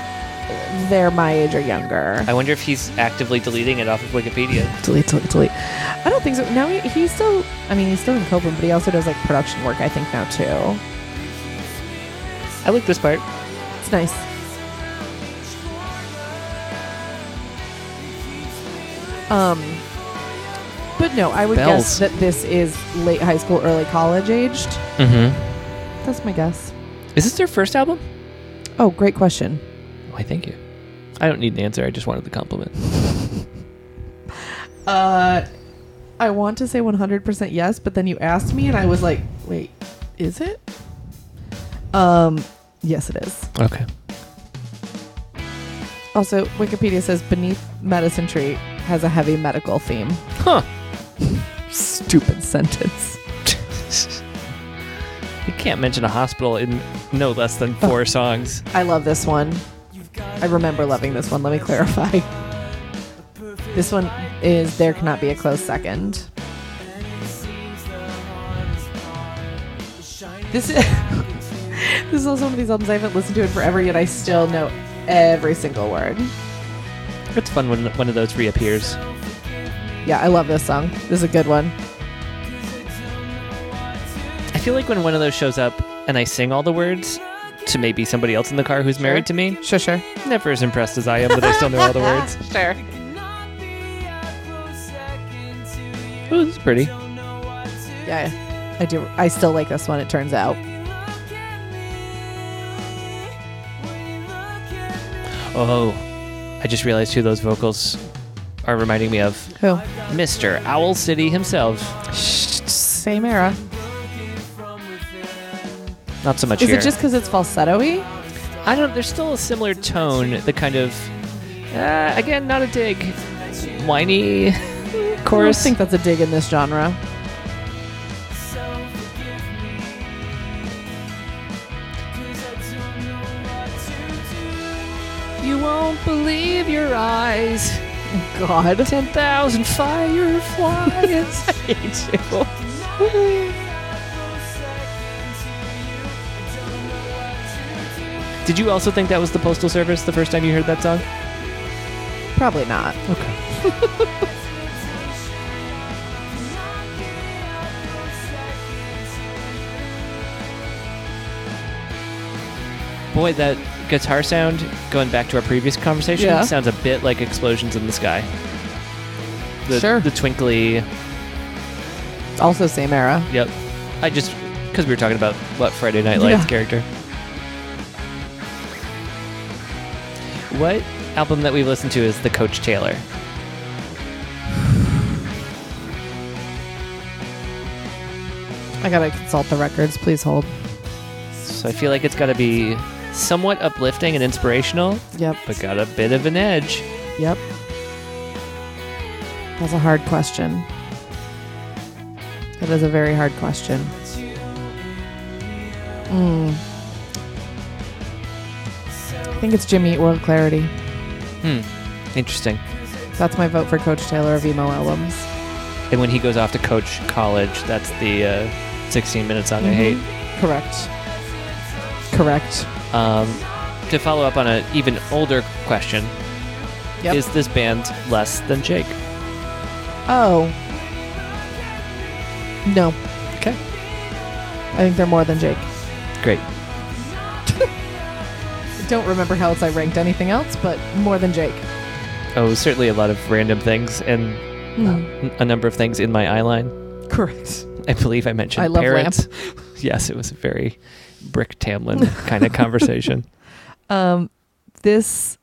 S2: they're my age or younger.
S1: I wonder if he's actively deleting it off of Wikipedia.
S2: Delete, delete, delete. I don't think so. Now he, he's still, I mean, he's still in Copeland, but he also does like production work, I think, now too.
S1: I like this part.
S2: It's nice. Um, but no, I would
S1: Bells.
S2: guess that this is late high school, early college aged.
S1: Mm-hmm.
S2: That's my guess.
S1: Is this their first album? Oh,
S2: Oh, great question.
S1: Why, thank you. I don't need an answer. I just wanted the compliment.
S2: Uh, I want to say 100% yes, but then you asked me, and I was like, wait, is it? Um, yes, it is.
S1: (laughs) Okay.
S2: Also, Wikipedia says Beneath Medicine Tree has a heavy medical theme.
S1: Huh.
S2: Stupid sentence.
S1: You can't mention a hospital in no less than (laughs) four songs.
S2: I love this one. I remember loving this one. Let me clarify. This one is There Cannot Be a Close Second. This is (laughs) this is also one of these albums I haven't listened to in forever, yet I still know every single word.
S1: It's fun when one of those reappears.
S2: Yeah, I love this song. This is a good one.
S1: I feel like when one of those shows up and I sing all the words to maybe somebody else in the car who's married to me,
S2: Sure, sure.
S1: never as impressed as I am that I still know all the (laughs) words.
S2: Sure.
S1: Ooh, this is Oh, pretty.
S2: Yeah, I do. I still like this one. It turns out.
S1: Oh, I just realized who those vocals are reminding me of.
S2: Who?
S1: Mr. Owl City himself.
S2: Same era.
S1: Not so much
S2: Is
S1: here.
S2: it just because it's falsetto-y?
S1: I don't. There's still a similar tone. The kind of, uh, again, not a dig, (laughs) whiny
S2: I
S1: chorus.
S2: think that's a dig in this genre.
S1: You won't believe your (laughs) eyes.
S2: God.
S1: Ten thousand (laughs) fireflies. Did you also think that was the Postal Service the first time you heard that song?
S2: Probably not.
S1: Okay. Boy, that guitar sound, going back to our previous conversation,
S2: Yeah.
S1: sounds a bit like explosions in the sky. The,
S2: Sure.
S1: The twinkly.
S2: Also same era.
S1: Yep. I just. Because we were talking about what Friday Night Lights
S2: Yeah.
S1: character. What album that we listened to is The Coach Taylor?
S2: I gotta consult the records. Please hold.
S1: So I feel like it's got to be somewhat uplifting and inspirational,
S2: Yep.
S1: but got a bit of an edge.
S2: Yep. That's a hard question. That is a very hard question.
S3: To
S2: I think it's Jimmy Eat World Clarity.
S1: Hmm. Interesting.
S2: That's my vote for Coach Taylor of emo albums.
S1: And when he goes off to coach college, that's the uh, 16 minutes on I
S2: Mm-hmm.
S1: hate.
S2: Correct. Correct.
S1: Um, to follow up on an even older question,
S2: Yep.
S1: is this band less than Jake?
S2: oh. No,
S1: Okay,
S2: I think they're more than Jake.
S1: great.
S2: Don't remember how else I ranked anything else, but more than Jake.
S1: Oh, certainly a lot of random things and
S2: Hmm. Mm-hmm.
S1: uh, a number of things in my eye line.
S2: Correct.
S1: I believe I mentioned
S2: I love
S1: parents. (laughs) yes, it was a very Brick Tamlin kind
S2: (laughs)
S1: of conversation.
S2: Um, this,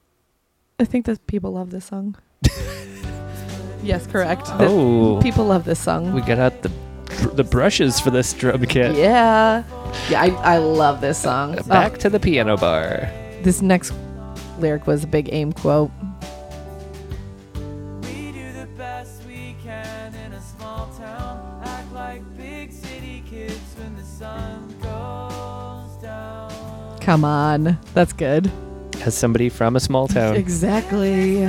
S2: I think that people love this song. yes, correct. The-
S1: Oh,
S2: People love this song.
S1: we got out the the brushes for this drum kit.
S2: yeah. Yeah, I, I love this song.
S1: Back to the piano bar.
S2: Oh, this next lyric was a big aim quote.
S4: We do the best we can in a small town. Act like big city kids when the sun goes down.
S2: Come on. That's good.
S1: As somebody from a small town.
S2: Exactly.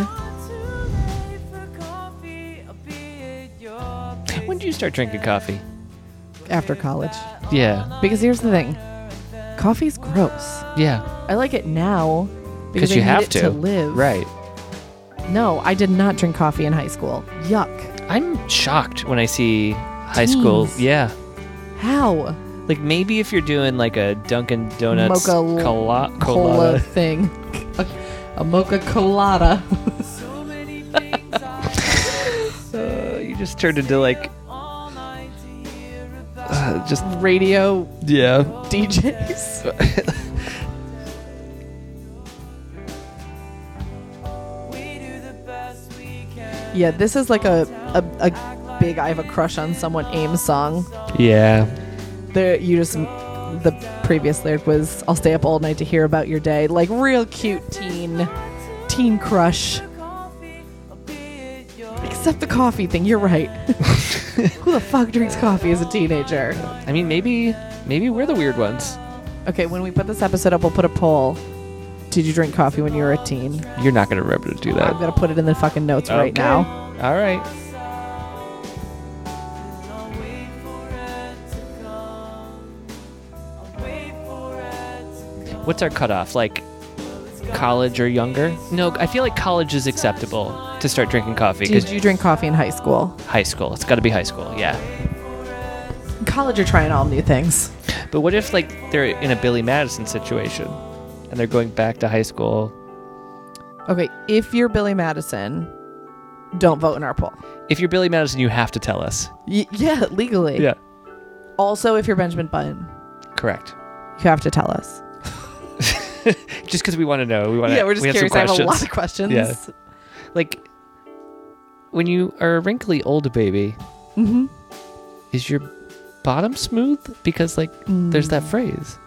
S1: When did you start drinking coffee?
S2: After college.
S1: Yeah,
S2: Because here's the thing coffee's gross.
S1: yeah,
S2: I like it now because
S1: 'Cause
S2: I
S1: you
S2: need
S1: have
S2: it
S1: to.
S2: to live.
S1: right.
S2: No, I did not drink coffee in high school. Yuck.
S1: I'm shocked when I see high school.
S2: Teens.
S1: Yeah,
S2: How?
S1: like maybe if you're doing like a Dunkin' Donuts
S2: Mocha l-
S1: cola,
S2: Cola
S1: colada.
S2: thing. A, a mocha colada.
S1: Uh, you just turned into like uh, just
S2: Radio
S1: yeah.
S2: DJs. Yeah, this is like a, a, a big I have a crush on someone aim song.
S1: (laughs) Yeah.
S2: There you just the previous lyric was I'll stay up all night to hear about your day. Like real cute teen teen crush. Except the coffee thing,
S1: (laughs)
S2: you're right. Who the fuck drinks coffee as a teenager?
S1: I mean, maybe maybe we're the weird ones.
S2: Okay, when we put this episode up, we'll put a poll. Did you drink coffee when you were a teen?
S1: You're not gonna remember to do that.
S2: I'm gonna put it in the fucking notes right
S1: Okay.
S2: now.
S1: All right. What's our cutoff? Like college or younger? No, I feel like college is acceptable to start drinking coffee
S2: Did
S1: because
S2: you drink coffee in high school?
S1: high school. It's got to be high school, yeah.
S2: In college, you're trying all new things.
S1: But what if like they're in a Billy Madison situation and they're going back to high school?
S2: Okay, if you're Billy Madison, don't vote in our poll.
S1: If you're Billy Madison, you have to tell us.
S2: Y- yeah, legally. Also, if you're Benjamin Button,
S1: correct.
S2: you have to tell us.
S1: Just because we want to know, we want to.
S2: yeah, we're just
S1: we
S2: curious. I
S1: Have some
S2: have a
S1: questions.
S2: lot of questions.
S1: Yeah. (laughs) like when you are a wrinkly old baby
S2: Mm-hmm.
S1: is your bottom smooth because like there's that phrase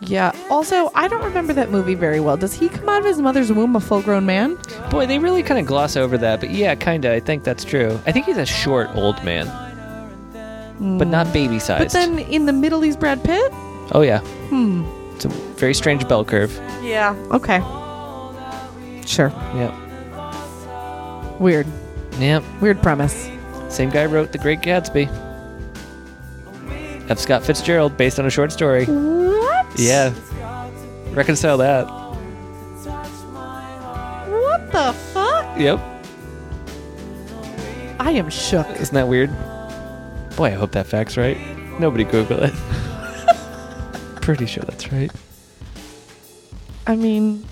S2: Yeah. Also, I don't remember that movie very well. Does he come out of his mother's womb a full grown man?
S1: boy they really kind of gloss over that but yeah kind of i think that's true i think he's a short old man but not baby
S2: Mm. But
S1: sized
S2: then in the middle, he's Brad Pitt?
S1: oh yeah it's a very strange bell curve
S2: Yeah. Okay. Sure.
S1: yep
S2: Weird.
S1: yep
S2: Weird premise.
S1: same guy wrote the great gatsby f scott fitzgerald based on a short story
S2: What?
S1: yeah reconcile that
S2: What the fuck?
S1: yep
S2: I am shook.
S1: Isn't that weird? Boy, I hope that fact's right. Nobody Google it. (laughs) Pretty sure that's right.
S2: I mean,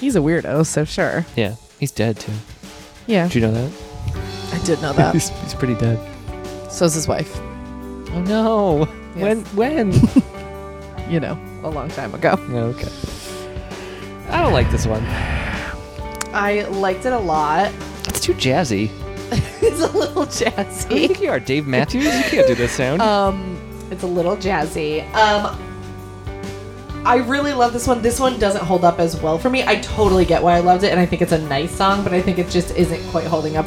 S2: he's a weirdo, so sure.
S1: Yeah, he's dead too.
S2: Yeah.
S1: Did you know that?
S2: I did know that.
S1: (laughs) he's, he's pretty dead.
S2: so is his wife.
S1: Oh no!
S2: Yes.
S1: When? (laughs) When?
S2: You know, a long time ago.
S1: No, okay. I don't like this one.
S2: I liked it a lot. (laughs)
S1: It's too jazzy.
S2: It's a little
S1: Who do you
S2: jazzy.
S1: think you are, Dave Matthews? You can't do this sound.
S2: Um, it's a little jazzy. Um, I really love this one. This one doesn't hold up as well for me. I totally get why I loved it, and I think it's a nice song, but I think it just isn't quite holding up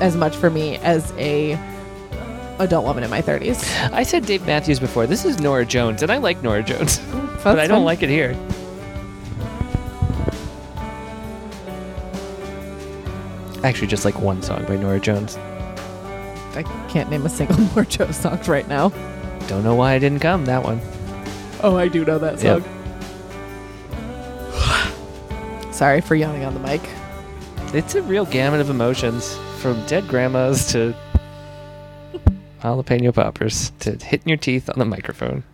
S2: as much for me as a adult woman in my 30s.
S1: I said Dave Matthews before. This is Nora Jones, and I like Nora Jones, but I don't like it here. I actually just like one song by Nora Jones.
S2: I can't name a single (laughs) more Joe songs right now.
S1: Don't know why I didn't come that one.
S2: Oh, I do know that
S1: Yep.
S2: song. (sighs) Sorry for yawning on the mic.
S1: It's a real gamut of emotions, from dead grandmas to jalapeno poppers to hitting your teeth on the microphone.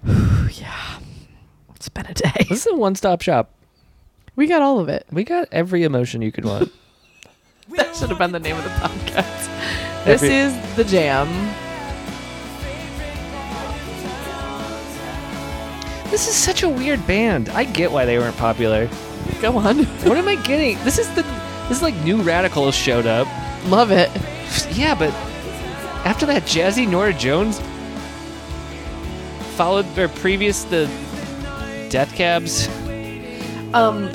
S2: It's been a day.
S1: This is a one-stop shop.
S2: We got all of it.
S1: We got every emotion you could want.
S2: (laughs) That should have been the name of the podcast. This
S1: Every-
S2: is The Jam.
S1: This is such a weird band. I get why they weren't popular.
S2: Go on. (laughs)
S1: What am I getting? This is the this is like new radicals showed up.
S2: Love it.
S1: Yeah, but after that jazzy Nora Jones followed their previous the Death Cabs.
S2: Um,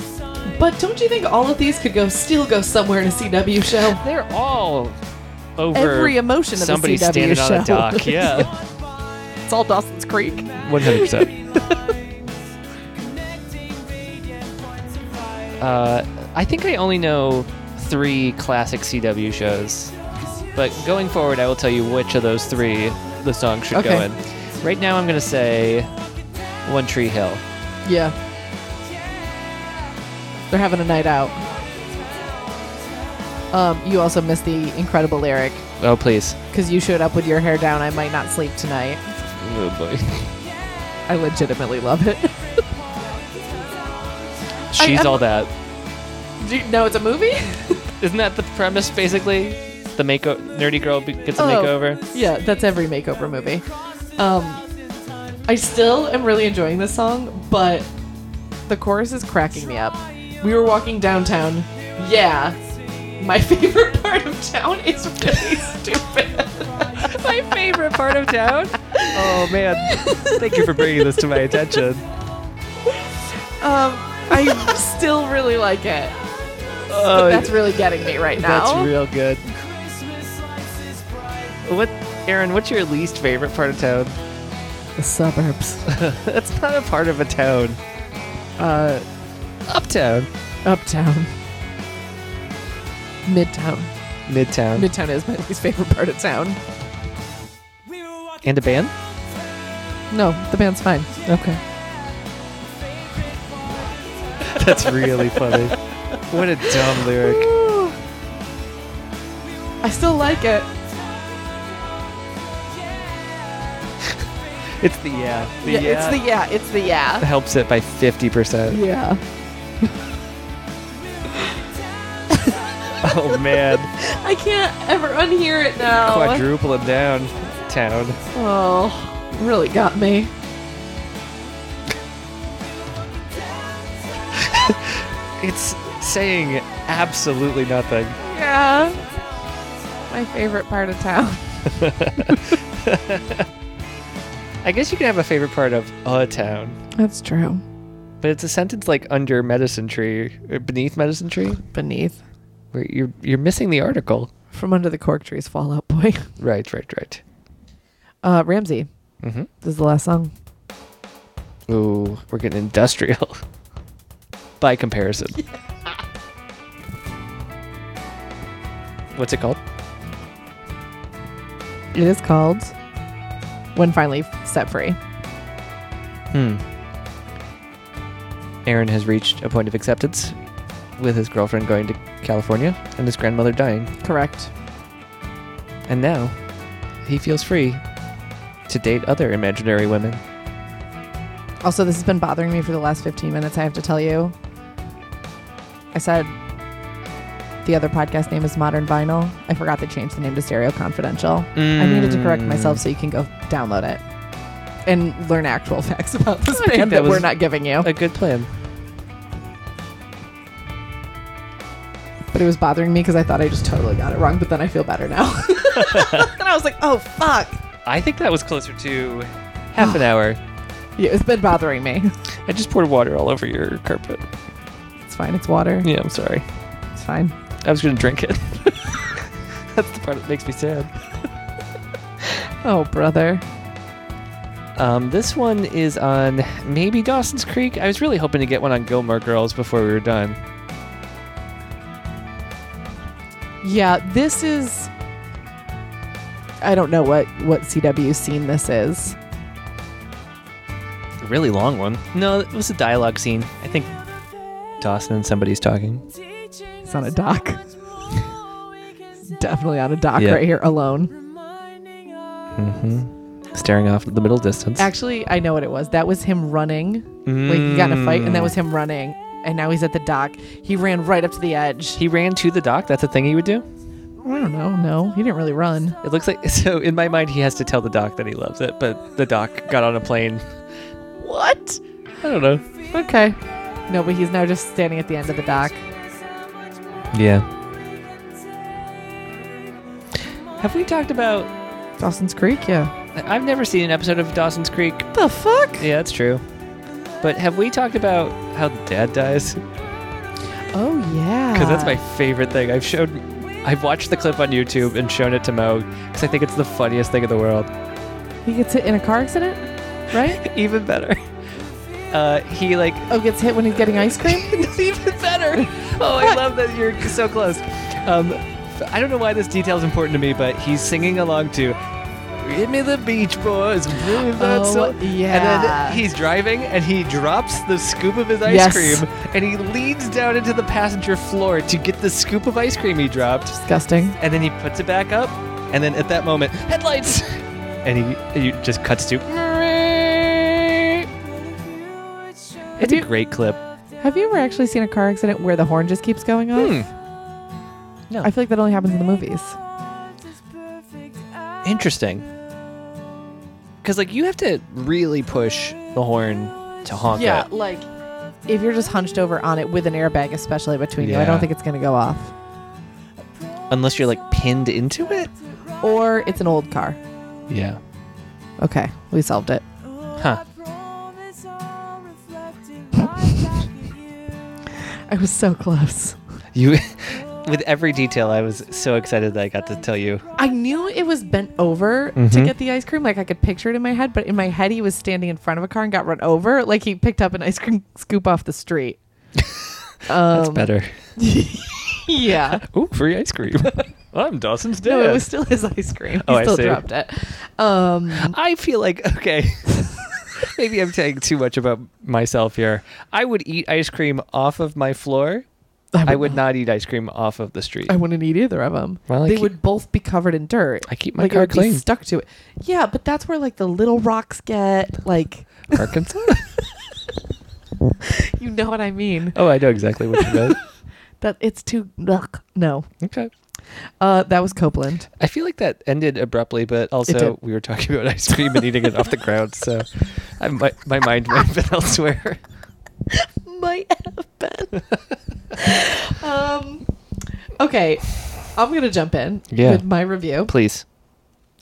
S2: but don't you think all of these could go still go somewhere in a CW show?
S1: They're all over
S2: Every emotion of the
S1: somebody
S2: CW
S1: standing on a
S2: show. (laughs)
S1: dock. Yeah,
S2: It's all Dawson's Creek.
S1: one hundred percent. Uh, I think I only know three classic CW shows, but going forward, I will tell you which of those three the song should go
S2: Okay.
S1: in. Right now, I'm going to say One Tree Hill.
S2: Yeah. They're having a night out. Um, you also missed the incredible lyric
S1: Oh please.
S2: because you showed up with your hair down. I might not sleep tonight.
S1: Oh (laughs) boy.
S2: I legitimately love it. (laughs)
S1: She's
S2: I'm-
S1: all that.
S2: Do you know it's a movie? (laughs)
S1: Isn't that the premise basically? The makeover, nerdy girl be- gets a
S2: Oh.
S1: makeover.
S2: yeah, that's every makeover movie. Um, I still am really enjoying this song, but the chorus is cracking me up. We were walking downtown. Yeah, my (laughs) favorite part of town
S1: (laughs)
S2: is really stupid.
S1: My favorite part of town. (laughs) Oh man, thank you for bringing this to my (laughs) attention.
S2: Um, I still really like it.
S1: Oh,
S2: That's really getting me right now.
S1: that's real good. What, Aaron? What's your least favorite part of town? (laughs)
S2: the suburbs.
S1: That's not a part of a town.
S2: Uh,
S1: Uptown,
S2: uptown. Midtown.
S1: midtown,
S2: Midtown is my least favorite part of town.
S1: and a band.
S2: No, the band's fine. Okay.
S1: (laughs) That's really (laughs) funny. What a dumb lyric.
S2: I still like it.
S1: It's the yeah. The
S2: yeah, it's the yeah, it's the yeah.
S1: helps it by fifty (laughs) percent.
S2: Yeah.
S1: Oh man,
S2: I can't ever unhear it
S1: Oh.
S2: now.
S1: quadruple it down, town.
S2: Oh, really got me.
S1: It's saying absolutely nothing.
S2: Yeah. My favorite part of town.
S1: I guess you can have a favorite part of a town,
S2: That's true.
S1: but it's a sentence like under medicine tree or beneath medicine tree,
S2: Beneath.
S1: where you're you're missing the article.
S2: From under the cork trees, Fallout Boy. (laughs)
S1: Right, right, right.
S2: Uh, Ramsey.
S1: Mm-hmm.
S2: This is the last song.
S1: Ooh, we're getting industrial (laughs) by comparison. What's it called?
S2: It is called When Finally Set Free.
S1: Hmm. Aaron has reached a point of acceptance with his girlfriend going to California and his grandmother dying.
S2: Correct.
S1: And now, he feels free to date other imaginary women.
S2: Also, this has been bothering me for the last 15 minutes, I have to tell you. I said the other podcast name is Modern Vinyl. I forgot to change the name to Stereo Confidential. I needed to correct myself
S1: Hmm.
S2: so you can go download it and learn actual (laughs) facts about this
S1: I think
S2: band
S1: that
S2: that, we're
S1: was
S2: not giving you.
S1: Hmm. A good plan.
S2: But it was bothering me because I thought I just totally got it wrong, but then I feel better now. (laughs) and I was like, oh, fuck.
S1: I think that was closer to (sighs) half an hour.
S2: Yeah, it's been bothering me.
S1: I just poured water all over your carpet.
S2: It's fine. It's water.
S1: Yeah, I'm sorry.
S2: It's fine.
S1: (laughs) I was going to drink it. That's the part that makes me sad.
S2: Oh, brother.
S1: Um, this one is on maybe Dawson's Creek. I was really hoping to get one on Gilmore Girls before we were done.
S2: Yeah, this is. I don't know what what CW scene this is.
S1: A really long one. No, it was a dialogue scene. I think Dawson and somebody's talking.
S2: It's on a dock.
S1: (laughs)
S2: Definitely on a dock
S1: Yeah.
S2: right here alone.
S1: Mm-hmm. Staring off at the middle distance.
S2: Actually, I know what it was. That was him running. Like he got in a fight, and that was him running. And now he's at the dock. He ran right up to the edge.
S1: He ran to the dock. That's a thing he would do.
S2: I don't know. No, he didn't really run.
S1: It looks like (laughs) so. In my mind, he has to tell the doc that he loves it, but the doc got on a plane.
S2: What?
S1: I don't know.
S2: Okay. No, but he's now just standing at the end of the dock.
S1: Yeah. Have we talked about?
S2: Dawson's Creek, yeah.
S1: I've never seen an episode of Dawson's Creek.
S2: The fuck?
S1: Yeah, that's true. But have we talked about how the dad dies?
S2: Oh yeah.
S1: Because that's my
S2: Ah.
S1: favorite thing. I've shown, I've watched the clip on YouTube and shown it to Mo because I think it's the funniest thing in the world. (laughs)
S2: He gets hit in a car accident, right?
S1: Even better. Uh, he like
S2: oh, gets hit when he's getting
S1: (laughs)
S2: ice cream.
S1: It's even better. Oh, I love that you're so close. Um, I don't know why this detail is important to me, but he's singing along to "Give Me the Beach Boys." Move that
S2: Oh,
S1: so-" And
S2: yeah.
S1: then he's driving, and he drops the scoop of his ice
S2: Yes.
S1: cream, and he leans down into the passenger floor to get the scoop of ice cream he dropped,
S2: Disgusting.
S1: and then he puts it back up, and then at that moment, headlights, (laughs) and he, he just cuts to. It's a great clip.
S2: Have you ever actually seen a car accident where the horn just keeps going off?
S1: Hmm.
S2: I feel like that only happens in the movies.
S1: Interesting. Because like you have to really push the horn to honk it.
S2: like if you're just hunched over on it with an airbag, especially between you, I
S1: Yeah.
S2: don't think it's gonna go off.
S1: unless you're like pinned into it.
S2: Or it's an old car.
S1: Yeah.
S2: Okay, we solved it.
S1: Huh.
S2: I was so close.
S1: You, (laughs) with every detail, I was so excited that I got to tell you.
S2: I knew it was bent over
S1: Mm-hmm.
S2: to get the ice cream. Like I could picture it in my head, but in my head, he was standing in front of a car and got run over. Like he picked up an ice cream (laughs) scoop off the street.
S1: (laughs)
S2: Um,
S1: That's better. (laughs)
S2: Yeah.
S1: Ooh, free ice cream. I'm Dawson's dad.
S2: No, it was still his ice cream. He
S1: Oh, I
S2: still
S1: see.
S2: dropped it. Um,
S1: I feel like okay. Maybe I'm telling too much about myself here. I would eat ice cream off of my floor. (laughs) I would, not eat ice cream off of the street.
S2: I wouldn't eat either of them.
S1: Well, I
S2: they
S1: keep-
S2: would both be covered in dirt.
S1: I keep my
S2: like, it
S1: car
S2: would be
S1: clean.
S2: stuck to it. Yeah, but that's where like the little rocks get. Like (laughs)
S1: (laughs) Arkansas.
S2: you know what I mean.
S1: oh, I know exactly what you (laughs) meant.
S2: (laughs) That it's too. Ugh, no,
S1: Okay.
S2: uh, that was Copeland.
S1: I feel like that ended abruptly, but also
S2: did.
S1: we were talking about ice cream and eating it off the ground, so I, my, my mind might have been (laughs) elsewhere.
S2: Might have been. (laughs) um, okay, I'm gonna jump in
S1: Yeah.
S2: with my review.
S1: Please.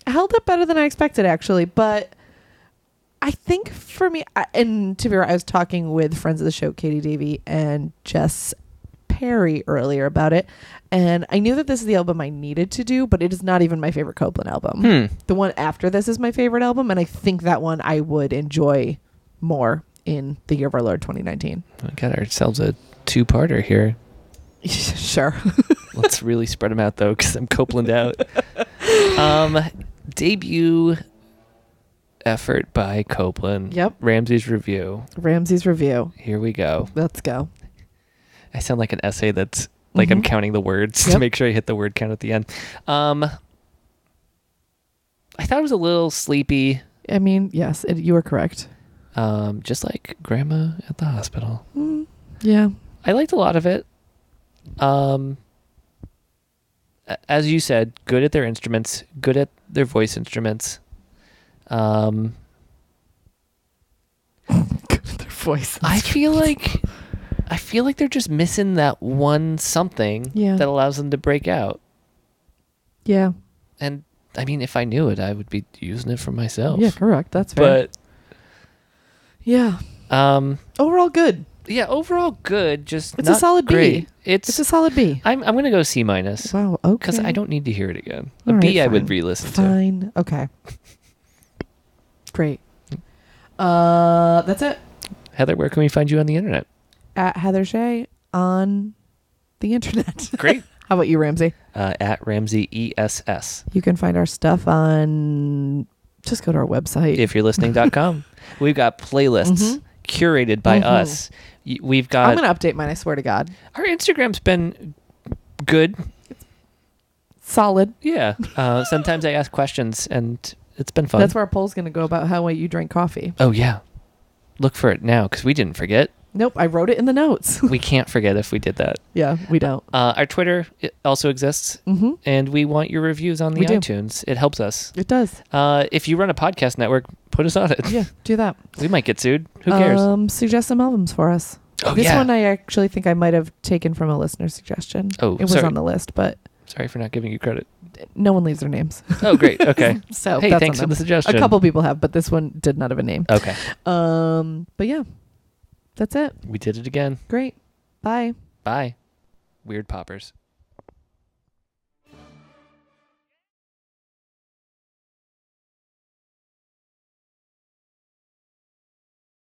S2: held up better than I expected, actually. But I think for me, I, and to be right, I was talking with friends of the show, Katie Davey and Jess Perry earlier about it, and I knew that this is the album I needed to do, but it is not even my favorite Copeland album.
S1: Hmm.
S2: The one after this is my favorite album, and I think that one I would enjoy more in the year of our Lord 2019.
S1: We got ourselves a two parter here.
S2: (laughs) sure. (laughs)
S1: Let's really spread them out, though, because I'm Copeland out. Um, debut effort by Copeland.
S2: Yep.
S1: Ramsey's review.
S2: Ramsey's review.
S1: Here we go.
S2: Let's go.
S1: I sound like an essay that's like I'm counting the words to
S2: Mm-hmm. Yep.
S1: make sure I hit the word count at the end. Um, I thought it was a little sleepy.
S2: I mean, yes, it, you are correct.
S1: um, just like grandma at the hospital.
S2: Yeah. (laughs)
S1: I liked a lot of it. Um, a- as you said, good at their instruments, good at their voice instruments. Um,
S2: Their voice.
S1: I feel like I feel like they're just missing that one something
S2: Yeah.
S1: that allows them to break out.
S2: Yeah.
S1: And I mean, if I knew it, I would be using it for myself.
S2: Yeah, correct. That's fair.
S1: but
S2: yeah,
S1: um,
S2: overall good.
S1: yeah, overall good. Just
S2: It's a
S1: not
S2: solid B.
S1: great. It's,
S2: It's a solid B.
S1: I'm I'm gonna go C minus
S2: Wow. Okay.
S1: because I don't need to hear it again. A
S2: All right,
S1: B I would
S2: fine.
S1: re-listen to.
S2: Fine. Okay. (laughs) Great. Uh, that's it.
S1: Heather, where can we find you on the internet?
S2: At Heather Shea on the internet. (laughs)
S1: Great.
S2: How about you, Ramsey?
S1: (laughs) Uh, at Ramsey ESS.
S2: You can find our stuff on. Just go to our website.
S1: If you're
S2: (laughs)
S1: listening.com, we've got playlists curated by
S2: Mhm.
S1: us. Y- We've
S2: Mm-hmm. I'm
S1: got
S2: gonna update mine. I swear to God.
S1: our Instagram's been good.
S2: Solid.
S1: Yeah. Uh, sometimes I ask questions and it's been fun.
S2: That's where our poll's gonna go about how you drink coffee.
S1: oh yeah. Look for it now because we didn't forget.
S2: Nope, I wrote it in the notes. (laughs)
S1: We can't forget if we did that.
S2: yeah, we don't.
S1: Uh, our Twitter it also exists,
S2: Mm-hmm.
S1: and we want your reviews on the
S2: We do.
S1: iTunes. It helps us. (laughs)
S2: It does.
S1: Uh, if you run a podcast network, put us on it.
S2: Yeah, do that.
S1: we might get sued. Who cares?
S2: Um, suggest some albums for us.
S1: oh
S2: this
S1: yeah.
S2: one I actually think I might have taken from a listener suggestion.
S1: Oh,
S2: it was
S1: sorry.
S2: on the list, but
S1: Sorry for not giving you credit.
S2: no one leaves their names. (laughs)
S1: Oh great. Okay.
S2: so
S1: hey,
S2: that's
S1: thanks for
S2: on
S1: the
S2: them.
S1: suggestion. Uh.
S2: A couple people have, but this one did not have a name.
S1: Okay.
S2: Um, but yeah, that's it.
S1: We did it again.
S2: Great. Bye.
S1: Bye. Weird poppers.